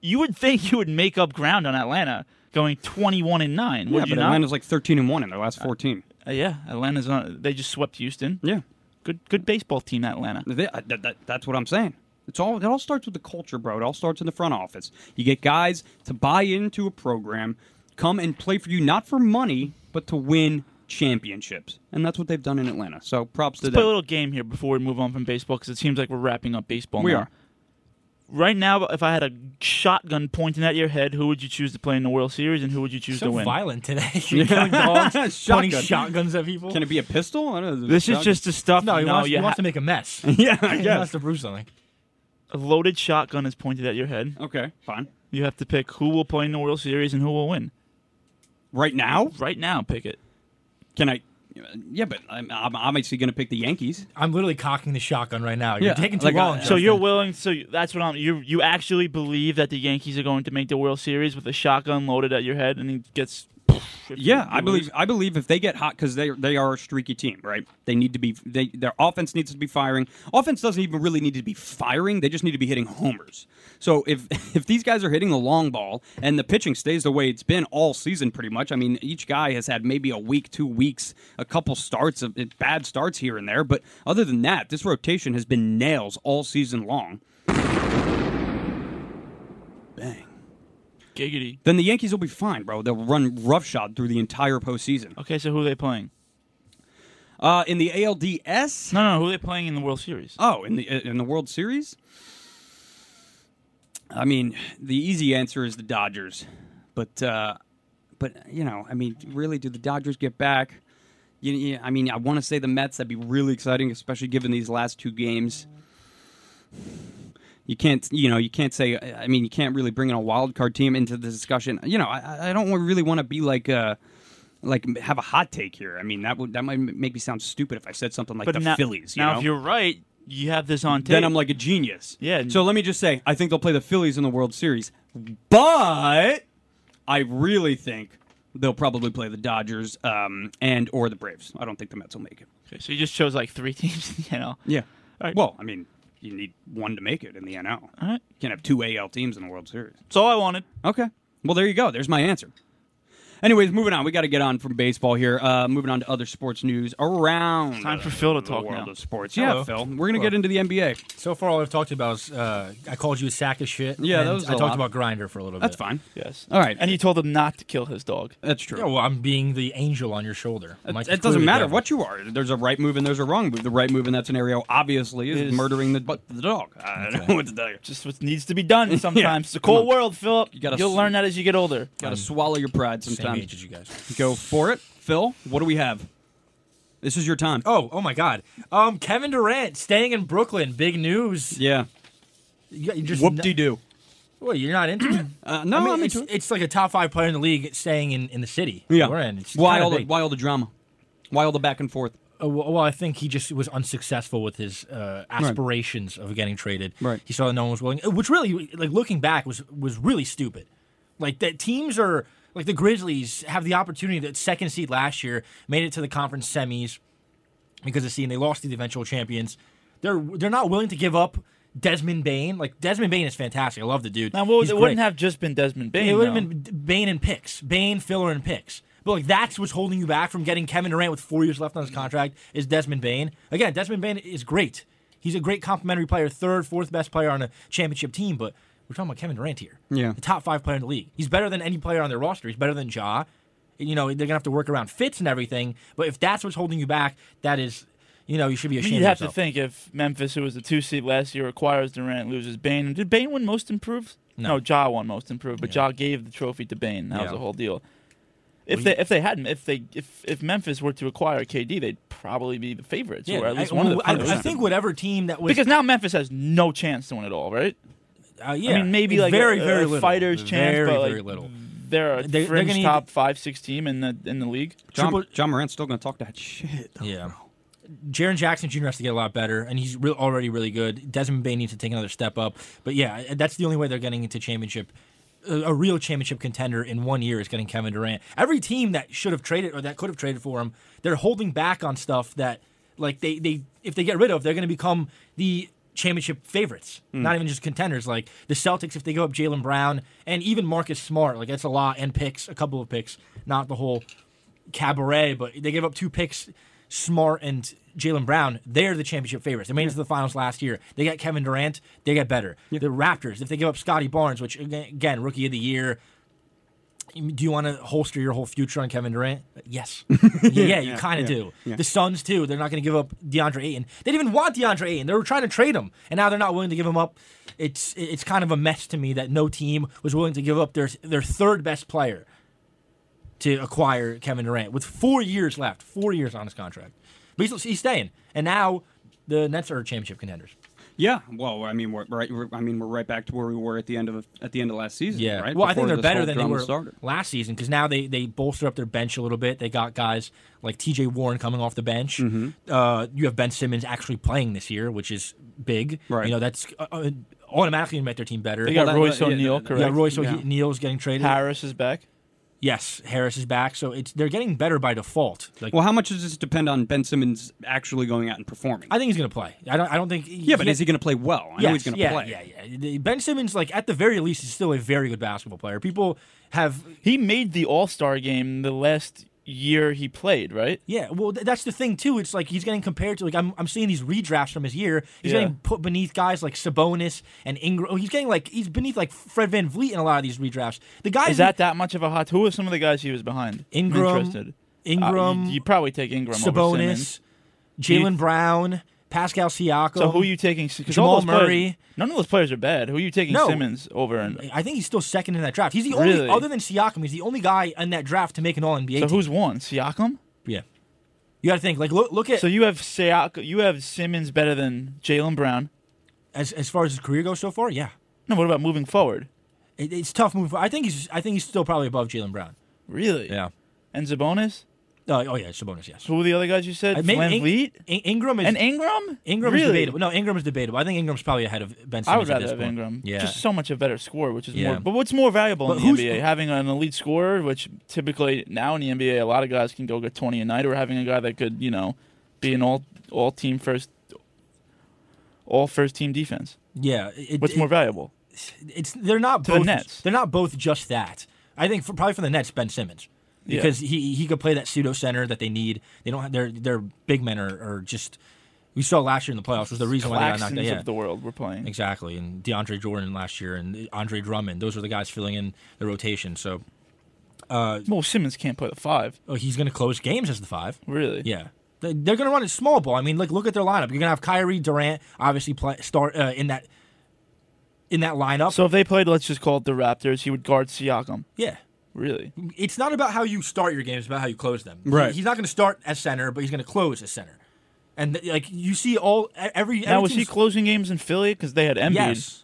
[SPEAKER 2] You would think you would make up ground on Atlanta going 21 and nine.
[SPEAKER 1] yeah,
[SPEAKER 2] would
[SPEAKER 1] but
[SPEAKER 2] you not?
[SPEAKER 1] Atlanta's like 13 and one in their last 14.
[SPEAKER 2] Uh, yeah, Atlanta's on. They just swept Houston.
[SPEAKER 1] yeah,
[SPEAKER 2] Good, good baseball team, Atlanta.
[SPEAKER 1] They- uh, that- that- that's what I'm saying. It's all. It all starts with the culture, bro. It all starts in the front office. You get guys to buy into a program, come and play for you, not for money, but to win championships, and that's what they've done in Atlanta. So props to
[SPEAKER 2] Let's play a
[SPEAKER 1] them.
[SPEAKER 2] little game here before we move on from baseball because it seems like we're wrapping up baseball.
[SPEAKER 1] We
[SPEAKER 2] now.
[SPEAKER 1] are.
[SPEAKER 2] Right now, if I had a shotgun pointing at your head, who would you choose to play in the World Series and who would you choose
[SPEAKER 4] so
[SPEAKER 2] to win?
[SPEAKER 4] violent
[SPEAKER 1] (laughs)
[SPEAKER 4] today. You're killing dogs, pointing
[SPEAKER 1] Shotgun.
[SPEAKER 4] shotguns at people.
[SPEAKER 1] Can it be a pistol? I don't know.
[SPEAKER 2] This is
[SPEAKER 1] Shotgun?
[SPEAKER 2] just (laughs) the stuff.
[SPEAKER 4] no, he wants,
[SPEAKER 2] you
[SPEAKER 4] he wants to
[SPEAKER 2] ha-
[SPEAKER 4] make a
[SPEAKER 1] (laughs)
[SPEAKER 4] mess.
[SPEAKER 1] yeah. I
[SPEAKER 4] He wants
[SPEAKER 1] guess.
[SPEAKER 4] to prove something.
[SPEAKER 2] a loaded shotgun is pointed at your head.
[SPEAKER 1] Okay. Fine.
[SPEAKER 2] You have to pick who will play in the World Series and who will win.
[SPEAKER 1] Right now,
[SPEAKER 2] Right now, pick it.
[SPEAKER 1] can I? Yeah, but I'm, I'm obviously going to pick the Yankees.
[SPEAKER 4] I'm literally cocking the shotgun right now. You're
[SPEAKER 1] Yeah,
[SPEAKER 4] taking too
[SPEAKER 1] like, uh,
[SPEAKER 4] long.
[SPEAKER 2] So
[SPEAKER 4] Justin.
[SPEAKER 2] you're willing? So you- that's what I'm. You you actually believe that the Yankees are going to make the World Series with a shotgun loaded at your head and he gets.
[SPEAKER 1] Yeah, I believe I believe if they get hot because they they are a streaky team, right? They need to be they their offense needs to be firing. Offense doesn't even really need to be firing; they just need to be hitting homers. So if (laughs) if these guys are hitting the long ball and the pitching stays the way it's been all season, pretty much. I mean, each guy has had maybe a week, two weeks, a couple starts of bad starts here and there, but other than that, this rotation has been nails all season long.
[SPEAKER 2] Giggity.
[SPEAKER 1] Then the Yankees will be fine, bro. They'll run roughshod through the entire postseason.
[SPEAKER 2] Okay, so who are they playing?
[SPEAKER 1] Uh, in the ALDS.
[SPEAKER 2] No, no, who are they playing in the World Series?
[SPEAKER 1] Oh, in the in the World Series. I mean, the easy answer is the Dodgers, but uh, but you know, I mean, really, do the Dodgers get back? You, you, I mean, I want to say the Mets. That'd be really exciting, especially given these last two games. You can't, you know, you can't say. I mean, you can't really bring in a wild card team into the discussion. You know, I, I don't really want to be like, uh, like have a hot take here. I mean, that would that might make me sound stupid if I said something like the
[SPEAKER 2] now,
[SPEAKER 1] Phillies. You
[SPEAKER 2] now,
[SPEAKER 1] know?
[SPEAKER 2] if you're right, you have this on tape.
[SPEAKER 1] then I'm like a genius.
[SPEAKER 2] Yeah.
[SPEAKER 1] So let me just say, I think they'll play the Phillies in the World Series, but I really think they'll probably play the Dodgers um, and or the Braves. I don't think the Mets will make it.
[SPEAKER 2] Okay, so you just chose like three (laughs) teams, you know.
[SPEAKER 1] Yeah.
[SPEAKER 2] All right.
[SPEAKER 1] Well, I mean, you need one to make it in the NL. You
[SPEAKER 2] All right.
[SPEAKER 1] can't have two AL teams in the World Series.
[SPEAKER 2] That's all I wanted.
[SPEAKER 1] Okay. Well, there you go. There's my answer. Anyways, moving on. We got to get on from baseball here. Uh, moving on to other sports news around.
[SPEAKER 2] Time for Phil to
[SPEAKER 1] the
[SPEAKER 2] talk
[SPEAKER 1] world
[SPEAKER 2] now.
[SPEAKER 1] of sports.
[SPEAKER 4] Hello.
[SPEAKER 1] Yeah, Phil. We're gonna
[SPEAKER 4] Hello.
[SPEAKER 1] get into the NBA.
[SPEAKER 4] So far, all I've talked about is uh, I called you a sack of shit.
[SPEAKER 1] Yeah,
[SPEAKER 4] and
[SPEAKER 1] that was a
[SPEAKER 4] I talked
[SPEAKER 1] lot.
[SPEAKER 4] about grinder for a little
[SPEAKER 1] That's
[SPEAKER 4] bit.
[SPEAKER 1] fine.
[SPEAKER 2] Yes.
[SPEAKER 1] All right.
[SPEAKER 2] And he told him not to kill his dog.
[SPEAKER 1] That's true.
[SPEAKER 4] Yeah, well, I'm being the angel on your shoulder. I'm like
[SPEAKER 1] it
[SPEAKER 4] the
[SPEAKER 1] doesn't
[SPEAKER 4] clearly
[SPEAKER 1] matter
[SPEAKER 4] devil.
[SPEAKER 1] what you are. There's a right move and there's a wrong move. The right move in that scenario, obviously, is,
[SPEAKER 2] Is-
[SPEAKER 1] murdering the, (laughs) bu- the dog. I don't know what to tell you.
[SPEAKER 2] (laughs) Just what needs to be done sometimes. It's a cold
[SPEAKER 1] on.
[SPEAKER 2] world, Philip.
[SPEAKER 1] You
[SPEAKER 2] You
[SPEAKER 1] gotta
[SPEAKER 2] will
[SPEAKER 1] s-
[SPEAKER 2] learn that as you get older.
[SPEAKER 1] Got to swallow your pride
[SPEAKER 4] Same
[SPEAKER 1] sometimes.
[SPEAKER 4] age as you guys.
[SPEAKER 1] Go for it, Phil. What do we have? This is your time.
[SPEAKER 4] Oh, oh my God. Um, Kevin Durant staying in Brooklyn. Big news.
[SPEAKER 1] yeah.
[SPEAKER 4] You, you just
[SPEAKER 1] Whoop de doo.
[SPEAKER 4] What, you're not into it?
[SPEAKER 1] Uh,
[SPEAKER 4] (clears throat)
[SPEAKER 1] no,
[SPEAKER 4] I mean,
[SPEAKER 1] I'm
[SPEAKER 4] it's,
[SPEAKER 1] into it.
[SPEAKER 4] it's like a top five player in the league staying in, in the city.
[SPEAKER 1] Yeah.
[SPEAKER 4] We're in. It's
[SPEAKER 1] why
[SPEAKER 4] kinda
[SPEAKER 1] all the
[SPEAKER 4] big.
[SPEAKER 1] why all the drama? Why all the back and forth?
[SPEAKER 4] Uh, well, well, I think he just was unsuccessful with his uh, aspirations of getting traded.
[SPEAKER 1] Right.
[SPEAKER 4] He saw that no one was willing, uh, which really, like looking back, was was really stupid. Like that teams are like the Grizzlies have the opportunity that second seed last year made it to the conference semis because of seeding. They lost to the eventual champions. They're they're not willing to give up Desmond Bain. Like Desmond Bain is fantastic. I love the dude.
[SPEAKER 2] Now, what was,
[SPEAKER 4] He's
[SPEAKER 2] it wouldn't
[SPEAKER 4] great.
[SPEAKER 2] have just been Desmond Bain.
[SPEAKER 4] It would have
[SPEAKER 2] though.
[SPEAKER 4] been Bane and picks, Bane filler and picks. But like that's what's holding you back from getting Kevin Durant with four years left on his
[SPEAKER 2] Mm-hmm.
[SPEAKER 4] contract is Desmond Bain. Again, Desmond Bain is great. He's a great complimentary player, third, fourth best player on a championship team. But we're talking about Kevin Durant here,
[SPEAKER 1] Yeah.
[SPEAKER 4] the top five player in the league. He's better than any player on their roster. He's better than Ja. You know they're gonna have to work around fits and everything. But if that's what's holding you back, that is, you know, you should be
[SPEAKER 2] I
[SPEAKER 4] ashamed.
[SPEAKER 2] mean, you'd
[SPEAKER 4] of
[SPEAKER 2] have to
[SPEAKER 4] yourself.
[SPEAKER 2] think if Memphis, who was the two seed last year, acquires Durant, loses Bain. Did Bain win most improved?
[SPEAKER 4] No.
[SPEAKER 2] Ja won most improved, but Ja gave the trophy to Bain. That was
[SPEAKER 4] Yeah.
[SPEAKER 2] the whole deal. If they if they hadn't if they if, if Memphis were to acquire KD, they'd probably be the favorites or at least
[SPEAKER 4] I,
[SPEAKER 2] one of the
[SPEAKER 4] I- I
[SPEAKER 2] favorites.
[SPEAKER 4] think whatever team that was
[SPEAKER 2] because now Memphis has no chance to win it all, right?
[SPEAKER 4] Uh, yeah,
[SPEAKER 2] I mean, maybe
[SPEAKER 4] It's
[SPEAKER 2] like
[SPEAKER 4] very,
[SPEAKER 2] a,
[SPEAKER 4] very
[SPEAKER 2] a
[SPEAKER 4] little.
[SPEAKER 2] fighter's chance,
[SPEAKER 4] Very,
[SPEAKER 2] but like,
[SPEAKER 4] very little.
[SPEAKER 2] They're a
[SPEAKER 4] They- they're
[SPEAKER 2] fringe
[SPEAKER 4] gonna need-
[SPEAKER 2] top five, six team in the in the league.
[SPEAKER 1] John,
[SPEAKER 4] Triple-
[SPEAKER 1] John Morant's still going to talk that shit. though.
[SPEAKER 4] Yeah. Jaron Jackson Jr. has to get a lot better, and he's real already really good. Desmond Bay needs to take another step up. But yeah, that's the only way they're getting into championship, a, a real championship contender in one year is getting Kevin Durant. Every team that should have traded or that could have traded for him, they're holding back on stuff that, like, they, they if they get rid of, they're going to become the championship favorites, not even just contenders. Like, the Celtics, if they go up Jalen Brown and even Marcus Smart, like, that's a lot, and picks, a couple of picks, not the whole cabaret, but they gave up two picks, Smart and Jalen Brown. They're the championship favorites. They made it to the finals last year. They got Kevin Durant. They get better. The Raptors, if they give up Scotty Barnes, which aga- again, rookie of the year. Do you want to holster your whole future on Kevin Durant? (laughs) Yes. yeah, you kind of do. The Suns too. They're not going to give up DeAndre Ayton. They didn't even want DeAndre Ayton. They were trying to trade him, and now they're not willing to give him up. It's it's kind of a mess to me that no team was willing to give up their their third best player to acquire Kevin Durant with four years left, four years on his contract. But he's, he's staying, and now the Nets are championship contenders.
[SPEAKER 1] Yeah. Well, I mean, we're right. We're, I mean, we're right back to where we were at the end of at the end of last season. Right.
[SPEAKER 4] Well, I think
[SPEAKER 1] Before
[SPEAKER 4] they're
[SPEAKER 1] this
[SPEAKER 4] better
[SPEAKER 1] whole
[SPEAKER 4] than they
[SPEAKER 1] drama
[SPEAKER 4] were last season because now they they bolster up their bench a little bit. They got guys like T.J. Warren coming off the bench.
[SPEAKER 1] Mm-hmm.
[SPEAKER 4] Uh, you have Ben Simmons actually playing this year, which is big.
[SPEAKER 1] Right.
[SPEAKER 4] You know that's uh, uh, automatically gonna make their team better.
[SPEAKER 2] They got
[SPEAKER 1] that-
[SPEAKER 2] Royce
[SPEAKER 1] yeah,
[SPEAKER 2] O'Neal,
[SPEAKER 1] that- that-
[SPEAKER 2] correct?
[SPEAKER 4] yeah, Royce
[SPEAKER 1] Yeah.
[SPEAKER 4] O'Neal's getting traded.
[SPEAKER 2] Harris is back.
[SPEAKER 4] Yes, Harris is back, so it's they're getting better by default. Like
[SPEAKER 1] Well, how much does this depend on Ben Simmons actually going out and performing?
[SPEAKER 4] I think he's gonna play. I don't. I don't think.
[SPEAKER 1] yeah, but is he going to play well? I know he's going to
[SPEAKER 4] yeah,
[SPEAKER 1] play.
[SPEAKER 4] Yeah, yeah. The- Ben Simmons, like at the very least, is still a very good basketball player. People have,
[SPEAKER 2] He made the All Star game the last year he played, right?
[SPEAKER 4] yeah. Well, th- that's the thing too. It's like he's getting compared to like I'm, I'm seeing these redrafts from his year. He's
[SPEAKER 2] Yeah.
[SPEAKER 4] getting put beneath guys like Sabonis and Ingram. Oh, He's getting like he's beneath like Fred Van Vliet in a lot of these redrafts. The guys
[SPEAKER 2] Is that that much of a hot? Who are some of the guys he was behind?
[SPEAKER 4] Ingram,
[SPEAKER 2] I'm interested.
[SPEAKER 4] Ingram,
[SPEAKER 2] Uh, you, you probably take Ingram over Simmons.
[SPEAKER 4] Sabonis, Jalen Brown, Pascal Siakam.
[SPEAKER 2] So who are you taking? 'Cause
[SPEAKER 4] Jamal
[SPEAKER 2] all those players-
[SPEAKER 4] Murray.
[SPEAKER 2] none of those players are bad. Who are you taking
[SPEAKER 4] No.
[SPEAKER 2] Simmons over? And,
[SPEAKER 4] I think he's still second in that draft. He's the
[SPEAKER 2] Really?
[SPEAKER 4] only, other than Siakam, he's the only guy in that draft to make an All NBA.
[SPEAKER 2] so who's one? Siakam.
[SPEAKER 4] yeah? You got to think like look look at
[SPEAKER 2] So you have Siak, you have Simmons better than Jalen Brown.
[SPEAKER 4] as as far as his career goes so far, yeah,
[SPEAKER 2] No, what about moving forward?
[SPEAKER 4] it, it's tough move. I think he's I think he's still probably above Jalen Brown.
[SPEAKER 2] Really? And Zabonis.
[SPEAKER 4] Uh, oh yeah, Sabonis. Yes. Uh,
[SPEAKER 2] Who were the other guys you said?
[SPEAKER 4] I mean,
[SPEAKER 2] Van
[SPEAKER 4] In-
[SPEAKER 2] Vliet
[SPEAKER 4] In- Ingram is
[SPEAKER 2] and Ingram.
[SPEAKER 4] Ingram
[SPEAKER 2] really?
[SPEAKER 4] is debatable. No, Ingram is debatable. I think Ingram's probably ahead of Ben Simmons
[SPEAKER 2] I would
[SPEAKER 4] at
[SPEAKER 2] rather
[SPEAKER 4] this
[SPEAKER 2] have
[SPEAKER 4] point.
[SPEAKER 2] Ingram.
[SPEAKER 4] Yeah.
[SPEAKER 2] Just so much a better scorer, which is
[SPEAKER 4] Yeah.
[SPEAKER 2] more. But what's more valuable
[SPEAKER 4] But
[SPEAKER 2] in
[SPEAKER 4] who's-
[SPEAKER 2] the NBA? Having an elite scorer, which typically now in the NBA, a lot of guys can go get 20 a night, or having a guy that could, you know, be an all all team first, all first team defense.
[SPEAKER 4] yeah. It,
[SPEAKER 2] What's
[SPEAKER 4] it-
[SPEAKER 2] more valuable?
[SPEAKER 4] It's they're not
[SPEAKER 2] To the
[SPEAKER 4] both.
[SPEAKER 2] Nets.
[SPEAKER 4] They're not both just that. I think for, probably for the Nets, Ben Simmons.
[SPEAKER 2] Yeah.
[SPEAKER 4] Because he he could play that pseudo center that they need. They don't have their their big men are, are just. We saw last year in the playoffs was the reason why they got knocked out.
[SPEAKER 2] Claxtons
[SPEAKER 4] Yeah.
[SPEAKER 2] of the world we're playing.
[SPEAKER 4] Exactly, and DeAndre Jordan last year, and Andre Drummond. Those are the guys filling in the rotation. So
[SPEAKER 2] Well, Simmons can't play the five,
[SPEAKER 4] oh, he's going to close games as the five.
[SPEAKER 2] really.
[SPEAKER 4] Yeah, They- they're going to run a small ball. I mean, like look at their lineup. You're going to have Kyrie Durant obviously play, start uh, in that in that lineup.
[SPEAKER 2] So if they played, let's just call it the Raptors, he would guard Siakam.
[SPEAKER 4] yeah,
[SPEAKER 2] Really?
[SPEAKER 4] it's not about how you start your games; it's about how you close them.
[SPEAKER 1] Right.
[SPEAKER 4] He's not going to start as center, but he's going to close as center. And th- like you see, all e-, every
[SPEAKER 2] Now
[SPEAKER 4] every
[SPEAKER 2] was he
[SPEAKER 4] team's-
[SPEAKER 2] closing games in Philly because they had Embiid?
[SPEAKER 4] Yes.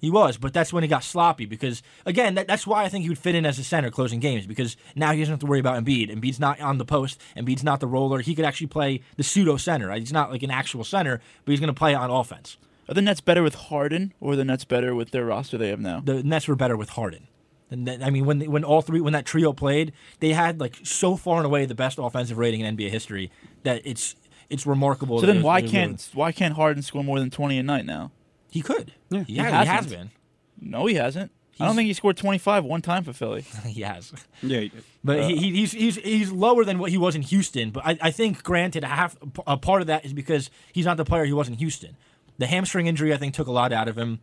[SPEAKER 4] He was, but that's when he got sloppy because, again, that, that's why I think he would fit in as a center closing games because now he doesn't have to worry about Embiid. Embiid's not on the post. Embiid's not the roller. He could actually play the pseudo center. He's not like an actual center, but he's going to play on offense.
[SPEAKER 2] Are the Nets better with Harden, or are the Nets better with their roster they have now?
[SPEAKER 4] The Nets were better with Harden. And that, I mean, when when all three when that trio played, they had like so far and away the best offensive rating in NBA history that it's it's remarkable.
[SPEAKER 2] So
[SPEAKER 4] that
[SPEAKER 2] then
[SPEAKER 4] it was-
[SPEAKER 2] why
[SPEAKER 4] it was-
[SPEAKER 2] can't why can't Harden score more than twenty a night now?
[SPEAKER 4] he could? Yeah, he,
[SPEAKER 2] He
[SPEAKER 4] has, he has
[SPEAKER 2] hasn't.
[SPEAKER 4] been.
[SPEAKER 2] No, he hasn't. I don't think he scored twenty five one time
[SPEAKER 4] (laughs)
[SPEAKER 2] for Philly.
[SPEAKER 4] he has.
[SPEAKER 1] Yeah. yeah.
[SPEAKER 4] But he, he- he's he's he's lower than what he was in Houston. But I, I think, granted, a half a part of that is because he's not the player he was in Houston. The hamstring injury, I think, took a lot out of him.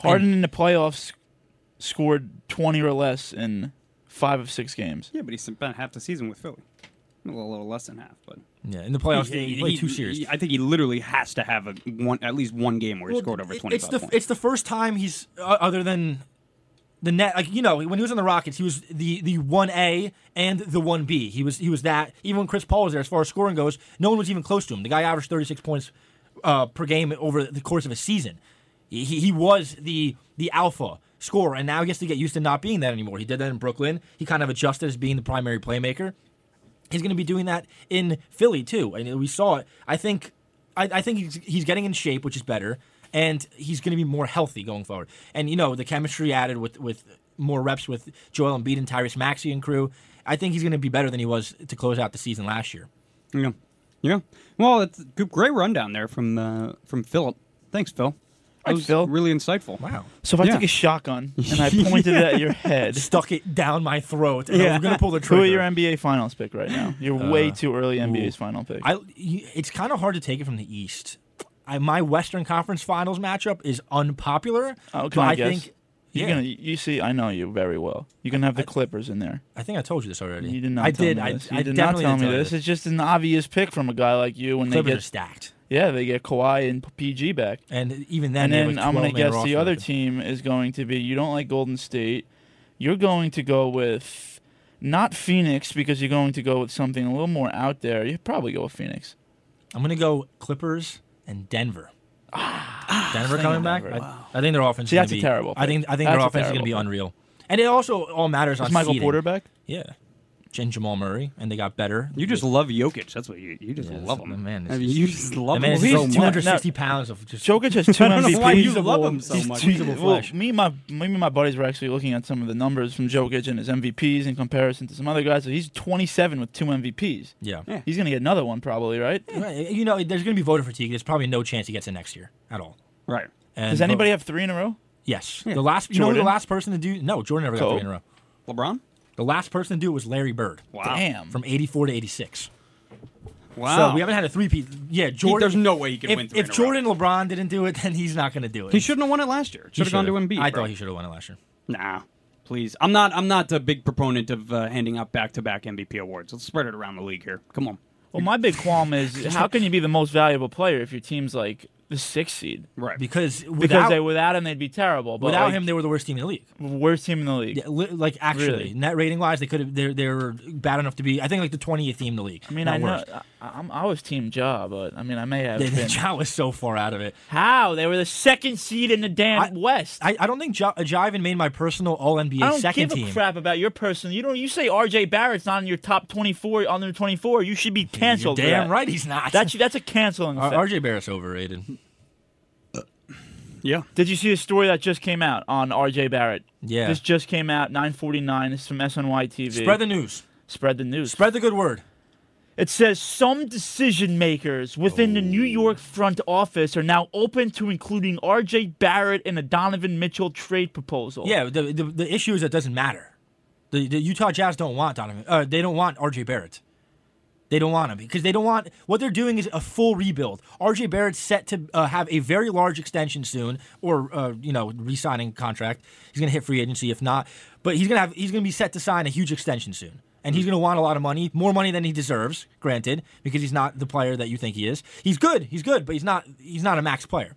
[SPEAKER 2] Harden in the playoffs scored twenty or less in five of six games.
[SPEAKER 1] Yeah, but he spent half the season with Philly. A little, little less than half, but
[SPEAKER 4] Yeah, in the playoffs, he, played two series.
[SPEAKER 1] I think he literally has to have a one, at least one game where he
[SPEAKER 4] Well,
[SPEAKER 1] scored over
[SPEAKER 4] it-
[SPEAKER 1] twenty
[SPEAKER 4] It's
[SPEAKER 1] five
[SPEAKER 4] the
[SPEAKER 1] points.
[SPEAKER 4] it's the first time he's uh, other than the net. Like you know, when he was on the Rockets, he was the the one A and the one B. He was he was that. Even when Chris Paul was there, as far as scoring goes, no one was even close to him. The guy averaged thirty six points uh, per game over the course of a season. He, he he was the the alpha scorer, and now he has to get used to not being that anymore. He did that in Brooklyn. He kind of adjusted as being the primary playmaker. He's going to be doing that in Philly too, and we saw it. I think, I, I think he's, he's getting in shape, which is better, and he's going to be more healthy going forward. And you know the chemistry added with with more reps with Joel Embiid and Tyrese Maxey and crew. I think he's going to be better than he was to close out the season last year.
[SPEAKER 1] Yeah, yeah. Well, it's a great rundown there from uh, from Philip. Thanks, Phil. That
[SPEAKER 2] Thanks,
[SPEAKER 1] was
[SPEAKER 2] Phil.
[SPEAKER 1] really insightful.
[SPEAKER 2] So if I
[SPEAKER 1] Yeah.
[SPEAKER 2] took
[SPEAKER 4] (laughs)
[SPEAKER 2] a shotgun and I pointed it at your head,
[SPEAKER 4] Stuck it down my throat. And
[SPEAKER 2] Yeah.
[SPEAKER 4] I'm going to pull
[SPEAKER 2] (laughs)
[SPEAKER 4] the
[SPEAKER 2] who
[SPEAKER 4] trigger. Uh,
[SPEAKER 2] are your NBA Finals pick right now? You're way too early NBA's final pick.
[SPEAKER 4] I, you- it's kind of hard to take it from the East. I, my Western Conference Finals matchup is unpopular.
[SPEAKER 2] oh,
[SPEAKER 4] but
[SPEAKER 2] can
[SPEAKER 4] I,
[SPEAKER 2] I, guess?
[SPEAKER 4] think,
[SPEAKER 2] You're
[SPEAKER 4] yeah.
[SPEAKER 2] gonna, you see, I know you very well. You're gonna have the Clippers in there.
[SPEAKER 4] I think I told you this already.
[SPEAKER 2] You did not.
[SPEAKER 4] I
[SPEAKER 2] tell
[SPEAKER 4] did.
[SPEAKER 2] Me
[SPEAKER 4] I,
[SPEAKER 2] this.
[SPEAKER 4] I
[SPEAKER 2] You did not
[SPEAKER 4] definitely
[SPEAKER 2] tell
[SPEAKER 4] did
[SPEAKER 2] me this. It's just an obvious pick from a guy like you when
[SPEAKER 4] Clippers
[SPEAKER 2] they
[SPEAKER 4] are
[SPEAKER 2] get
[SPEAKER 4] stacked,
[SPEAKER 2] yeah they get Kawhi and PG back.
[SPEAKER 4] and even then,
[SPEAKER 2] And
[SPEAKER 4] they have,
[SPEAKER 2] then
[SPEAKER 4] like,
[SPEAKER 2] I'm gonna
[SPEAKER 4] 12 man
[SPEAKER 2] guess the
[SPEAKER 4] roster.
[SPEAKER 2] other team is going to be you don't like Golden State. You're going to go with not Phoenix because you're going to go with something a little more out there. You probably go with Phoenix.
[SPEAKER 4] I'm going to go Clippers and Denver.
[SPEAKER 2] Ah,
[SPEAKER 4] Denver coming back. I- I, think their offense.
[SPEAKER 2] See,
[SPEAKER 4] is
[SPEAKER 2] that's a
[SPEAKER 4] gonna be,
[SPEAKER 2] terrible
[SPEAKER 4] I think.
[SPEAKER 2] pick.
[SPEAKER 4] I think
[SPEAKER 2] That's
[SPEAKER 4] their
[SPEAKER 2] a
[SPEAKER 4] offense is going to
[SPEAKER 2] terrible
[SPEAKER 4] be
[SPEAKER 2] pick.
[SPEAKER 4] unreal, and it also all matters
[SPEAKER 2] Is
[SPEAKER 4] on
[SPEAKER 2] Michael
[SPEAKER 4] seeding.
[SPEAKER 2] Porter back?
[SPEAKER 4] Yeah, and Jamal Murray, and they got better.
[SPEAKER 1] You just love Jokic. That's what you you just
[SPEAKER 4] Yeah,
[SPEAKER 1] love
[SPEAKER 4] so-
[SPEAKER 1] him,
[SPEAKER 4] man,
[SPEAKER 1] I
[SPEAKER 4] this
[SPEAKER 1] mean,
[SPEAKER 4] is-
[SPEAKER 1] you just love
[SPEAKER 4] the man
[SPEAKER 1] him
[SPEAKER 4] is
[SPEAKER 2] Please,
[SPEAKER 1] so
[SPEAKER 2] do
[SPEAKER 4] 260
[SPEAKER 1] much.
[SPEAKER 2] not-
[SPEAKER 4] pounds of just
[SPEAKER 2] Jokic has two (laughs)
[SPEAKER 1] I don't know why
[SPEAKER 2] MVPs.
[SPEAKER 1] you love him so
[SPEAKER 4] He's
[SPEAKER 1] much.
[SPEAKER 4] tweet- Tweezable
[SPEAKER 2] Well,
[SPEAKER 4] flesh.
[SPEAKER 2] me and my me and my buddies were actually looking at some of the numbers from Jokic and his MVPs in comparison to some other guys. So he's 27 with two MVPs.
[SPEAKER 4] (laughs) Yeah. Yeah.
[SPEAKER 2] he's gonna get another one probably, right?
[SPEAKER 4] Right, You know, there's going to be voter fatigue. There's probably no chance he gets it next year at all.
[SPEAKER 1] Right.
[SPEAKER 4] And
[SPEAKER 2] Does anybody have three in a row?
[SPEAKER 4] Yes. The last, you know, who the
[SPEAKER 2] Jordan?
[SPEAKER 4] last person to do. No, Jordan never got
[SPEAKER 2] Kobe.
[SPEAKER 4] three in a row.
[SPEAKER 1] LeBron.
[SPEAKER 4] The last person to do it was Larry Bird
[SPEAKER 2] Damn.
[SPEAKER 4] from '84 to '86.
[SPEAKER 1] Wow.
[SPEAKER 4] So we haven't had a three-peat. Yeah, Jordan.
[SPEAKER 1] there's no way he can
[SPEAKER 4] if,
[SPEAKER 1] win three
[SPEAKER 4] If
[SPEAKER 1] in a row.
[SPEAKER 4] Jordan LeBron didn't do it, then he's not going to do it.
[SPEAKER 1] he shouldn't have won it last year. Should have gone to
[SPEAKER 4] should've.
[SPEAKER 1] Embiid.
[SPEAKER 4] I
[SPEAKER 1] bro.
[SPEAKER 4] thought he should have won it last year.
[SPEAKER 1] Nah, please. I'm not. I'm not a big proponent of uh, handing out back-to-back MVP awards. Let's spread it around the league here. Come on.
[SPEAKER 2] Well, my big
[SPEAKER 4] (laughs)
[SPEAKER 2] qualm is how can you be the most valuable player if your team's like the sixth seed?
[SPEAKER 1] Right.
[SPEAKER 4] Because without
[SPEAKER 2] Because they, without him, they'd be terrible. But
[SPEAKER 4] without
[SPEAKER 2] like,
[SPEAKER 4] him, they were the worst team in the league.
[SPEAKER 2] worst team in the league.
[SPEAKER 4] Yeah, li- like actually,
[SPEAKER 2] Really?
[SPEAKER 4] net rating wise, they could have. They're they're bad enough to be. I think like the 20th team in the league.
[SPEAKER 2] I mean,
[SPEAKER 4] not
[SPEAKER 2] I know
[SPEAKER 4] worst.
[SPEAKER 2] I, I'm, I was Team Ja, but I mean, I may
[SPEAKER 4] (laughs)
[SPEAKER 2] have
[SPEAKER 4] The, the
[SPEAKER 2] been.
[SPEAKER 4] Ja was so far out of it.
[SPEAKER 2] How they were the second seed in the damn
[SPEAKER 4] I-
[SPEAKER 2] West.
[SPEAKER 4] I, I don't think Ja, Ja even made my personal All
[SPEAKER 2] I
[SPEAKER 4] NBA
[SPEAKER 2] don't
[SPEAKER 4] second
[SPEAKER 2] give
[SPEAKER 4] team.
[SPEAKER 2] a crap about your person. You don't. You say R.J. Barrett's not in your top 24 under 24. You should be
[SPEAKER 4] You're
[SPEAKER 2] canceled. for
[SPEAKER 4] damn
[SPEAKER 2] that.
[SPEAKER 4] right, he's not.
[SPEAKER 2] That's that's a canceling
[SPEAKER 4] (laughs)
[SPEAKER 2] effect.
[SPEAKER 4] R- RJ Barrett's overrated.
[SPEAKER 1] yeah.
[SPEAKER 2] Did you see the story that just came out on R.J. Barrett?
[SPEAKER 4] Yeah.
[SPEAKER 2] This just came out 9:49. It's from SNY TV.
[SPEAKER 4] Spread the news.
[SPEAKER 2] Spread the news.
[SPEAKER 4] Spread the good word.
[SPEAKER 2] It says some decision makers within the New York front office are now open to including R.J. Barrett in a Donovan Mitchell trade proposal.
[SPEAKER 4] Yeah, the, the, the issue is that doesn't matter. The, the Utah Jazz don't want Donovan. Uh, they don't want RJ Barrett. They don't want him because they don't want what they're doing is a full rebuild. RJ Barrett's set to uh, have a very large extension soon, or uh, you know, re-signing contract. He's going to hit free agency if not, but he's going to have he's going to be set to sign a huge extension soon, and he's going to want a lot of money, more money than he deserves, granted, because he's not the player that you think he is. He's good, he's good, but he's not he's not a max player.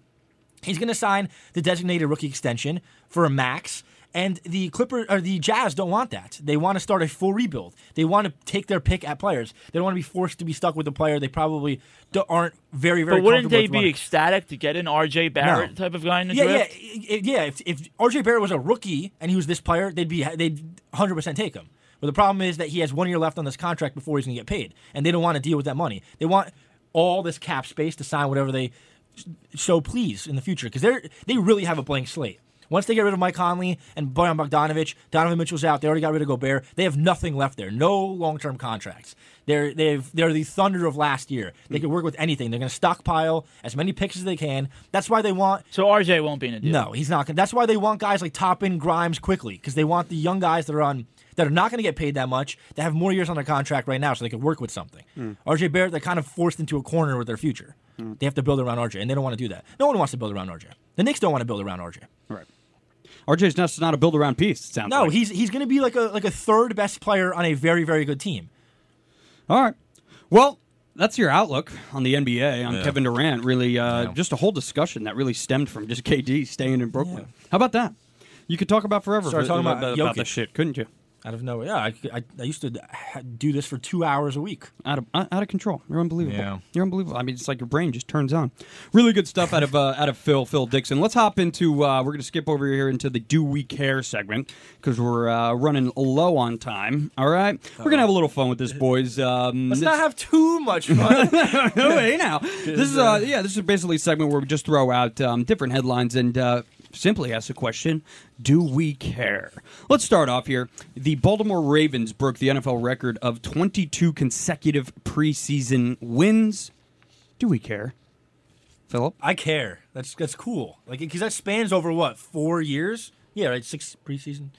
[SPEAKER 4] He's going to sign the designated rookie extension for a max, and the Clipper or the Jazz don't want that. They want to start a full rebuild. They want to take their pick at players. They don't want to be forced to be stuck with a player they probably do- aren't very very.
[SPEAKER 2] But wouldn't
[SPEAKER 4] comfortable
[SPEAKER 2] they
[SPEAKER 4] with
[SPEAKER 2] be
[SPEAKER 4] running.
[SPEAKER 2] ecstatic to get an R.J. Barrett type of guy in the
[SPEAKER 4] yeah,
[SPEAKER 2] draft?
[SPEAKER 4] yeah, i- i- yeah. If, if RJ Barrett was a rookie and he was this player, they'd be they'd 100 percent take him. But the problem is that he has one year left on this contract before he's going to get paid, and they don't want to deal with that money. They want all this cap space to sign whatever they s- so please in the future because they they really have a blank slate. Once they get rid of Mike Conley and Boyan Bogdanovich, Donovan Mitchell's out. They already got rid of Gobert. They have nothing left there. No long-term contracts. They're they've they're the Thunder of last year. They can work with anything. They're going to stockpile as many picks as they can. That's why they want
[SPEAKER 2] So R.J. won't be in a deal.
[SPEAKER 4] no, he's not. Gonna, that's why they want guys like Toppin, Grimes quickly because they want the young guys that are on that are not going to get paid that much that have more years on their contract right now, so they can work with something. RJ Barrett, they're kind of forced into a corner with their future. They have to build around RJ, and they don't want to do that. No one wants to build around RJ. The Knicks don't want to build around RJ.
[SPEAKER 1] Right. RJ's not not a build-around piece. It sounds
[SPEAKER 4] No,
[SPEAKER 1] like.
[SPEAKER 4] he's he's going to be like a like a third best player on a very very good team.
[SPEAKER 1] All right. Well, that's your outlook on the NBA on Kevin Durant. Really, uh, just a whole discussion that really stemmed from just KD staying in Brooklyn. How about that? You could talk about forever
[SPEAKER 4] Start
[SPEAKER 1] for-
[SPEAKER 4] talking about
[SPEAKER 1] about
[SPEAKER 4] Jokic.
[SPEAKER 1] this shit, couldn't you?
[SPEAKER 4] Out of nowhere. Yeah, I, I, I used to ha- do this for two hours a week.
[SPEAKER 1] out of uh, out of control. You're unbelievable.
[SPEAKER 4] Yeah.
[SPEAKER 1] You're unbelievable. I mean, it's like your brain just turns on. Really good stuff out of uh, out of Phil Phil Dixon. Let's hop into. Uh, we're going to skip over here into the Do We Care segment because we're uh, running low on time. All right, we're going to have a little fun with this, boys. Um,
[SPEAKER 4] Uh-huh. Let's
[SPEAKER 1] this-
[SPEAKER 4] not have too much fun. (laughs)
[SPEAKER 1] (laughs) no way Oh, now. This is uh yeah, this is basically a segment where we just throw out um, different headlines and uh, simply ask the question, do we care? Let's start off here. The Baltimore Ravens broke the NFL record of 22 consecutive preseason wins. Do we care? Philip?
[SPEAKER 4] I care. That's that's cool. Like because that spans over what four years? Yeah, right. Six preseason,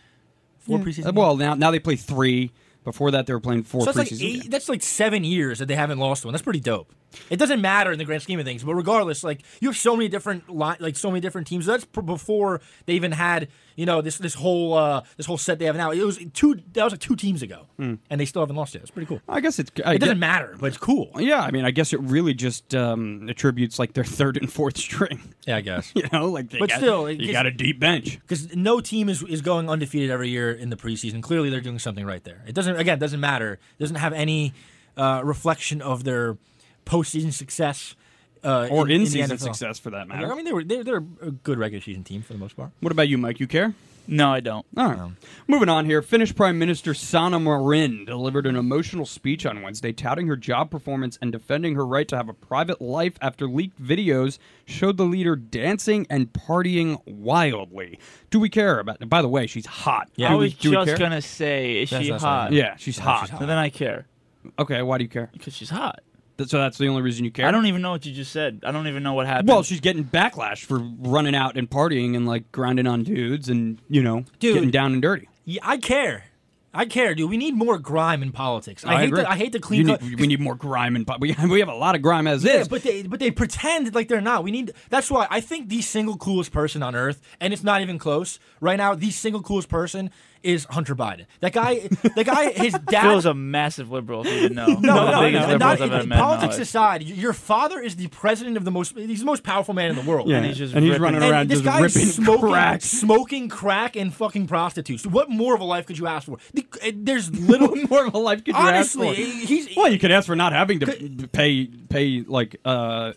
[SPEAKER 4] four preseason.
[SPEAKER 1] Uh, Well, now now they play 3. Before that they were playing 4
[SPEAKER 4] so that's
[SPEAKER 1] preseason.
[SPEAKER 4] like eight, that's like seven years that they haven't lost one. That's pretty dope. It doesn't matter in the grand scheme of things, but regardless, like you have so many different li- like so many different teams. That's pr- before they even had you know this this whole uh, this whole set they have now. It was two that was like two teams ago, and they still haven't lost yet. It's pretty cool.
[SPEAKER 1] Hmm. I guess it's I
[SPEAKER 4] It doesn't
[SPEAKER 1] guess-
[SPEAKER 4] matter, but it's cool.
[SPEAKER 1] Yeah, I mean, I guess it really just um, attributes like their third and fourth (laughs) string.
[SPEAKER 4] Yeah, I guess.
[SPEAKER 1] You know, like they
[SPEAKER 4] But
[SPEAKER 1] got-
[SPEAKER 4] still, it
[SPEAKER 1] you
[SPEAKER 4] gets-
[SPEAKER 1] got a deep bench.
[SPEAKER 4] because no team is, is going undefeated every year in the preseason. Clearly, they're doing something right there. It doesn't again it doesn't matter. It doesn't have any uh, reflection of their postseason success uh,
[SPEAKER 1] or
[SPEAKER 4] in,
[SPEAKER 1] in,
[SPEAKER 4] the
[SPEAKER 1] season
[SPEAKER 4] NFL.
[SPEAKER 1] success for that
[SPEAKER 4] I
[SPEAKER 1] matter.
[SPEAKER 4] mean, they were they're, they're a good regular season team for the most part.
[SPEAKER 1] What about you, Mike? You care?
[SPEAKER 2] No, I don't.
[SPEAKER 1] All right. Moving on here. Finnish Prime Minister Sanna Marin delivered an emotional speech on Wednesday touting her job performance and defending her right to have a private life after leaked videos showed the leader dancing and partying wildly. Do we care about By the way, she's hot.
[SPEAKER 2] I
[SPEAKER 1] Do we,
[SPEAKER 2] was
[SPEAKER 1] do we
[SPEAKER 2] just
[SPEAKER 1] care?
[SPEAKER 2] gonna say, is
[SPEAKER 4] That's-
[SPEAKER 2] she
[SPEAKER 4] that's
[SPEAKER 2] hot?
[SPEAKER 4] what I
[SPEAKER 1] Yeah, she's hot.
[SPEAKER 2] So then I care
[SPEAKER 1] Um, Okay, why do you care?
[SPEAKER 2] because she's hot.
[SPEAKER 1] Th- So that's the only reason you care?
[SPEAKER 2] I don't even know what you just said. I don't even know what happened.
[SPEAKER 1] Well, she's getting backlash for running out and partying and like grinding on dudes and, you know,
[SPEAKER 4] Dude.
[SPEAKER 1] getting down and dirty.
[SPEAKER 4] Yeah, I care. I care, dude. We need more grime in politics. I, hate
[SPEAKER 1] agree.
[SPEAKER 4] The, I hate the
[SPEAKER 1] You
[SPEAKER 4] clean
[SPEAKER 1] need-
[SPEAKER 4] cut.
[SPEAKER 1] we need more grime and we (laughs) we have a lot of grime as
[SPEAKER 4] Yeah,
[SPEAKER 1] is.
[SPEAKER 4] but they but they pretend like they're not. We need that's why I think the single coolest person on earth, and it's not even close right now. The single coolest person is Hunter Biden. That guy, that guy, his dad.
[SPEAKER 2] Phil's a massive liberal. If you didn't know.
[SPEAKER 4] (laughs) no,
[SPEAKER 2] One of the
[SPEAKER 4] no,
[SPEAKER 2] biggest
[SPEAKER 4] no,
[SPEAKER 2] liberals
[SPEAKER 4] not,
[SPEAKER 2] I've ever met in my
[SPEAKER 4] politics
[SPEAKER 2] life.
[SPEAKER 4] aside, y- your father is the president of the most. He's the most powerful man in the world.
[SPEAKER 2] he's just
[SPEAKER 1] and he's
[SPEAKER 2] ripping-
[SPEAKER 1] running
[SPEAKER 4] And
[SPEAKER 1] around
[SPEAKER 4] this
[SPEAKER 1] just
[SPEAKER 4] guy
[SPEAKER 1] ripping
[SPEAKER 4] is
[SPEAKER 1] (laughs)
[SPEAKER 4] smoking
[SPEAKER 1] crack.
[SPEAKER 4] crack. (laughs) smoking crack and fucking prostitutes. What more of a life could you ask for? The- uh, There's little
[SPEAKER 1] More of a life could you ask
[SPEAKER 4] Honestly,
[SPEAKER 1] for?
[SPEAKER 4] he's-
[SPEAKER 1] well, you could ask for not having to pay pay like uh,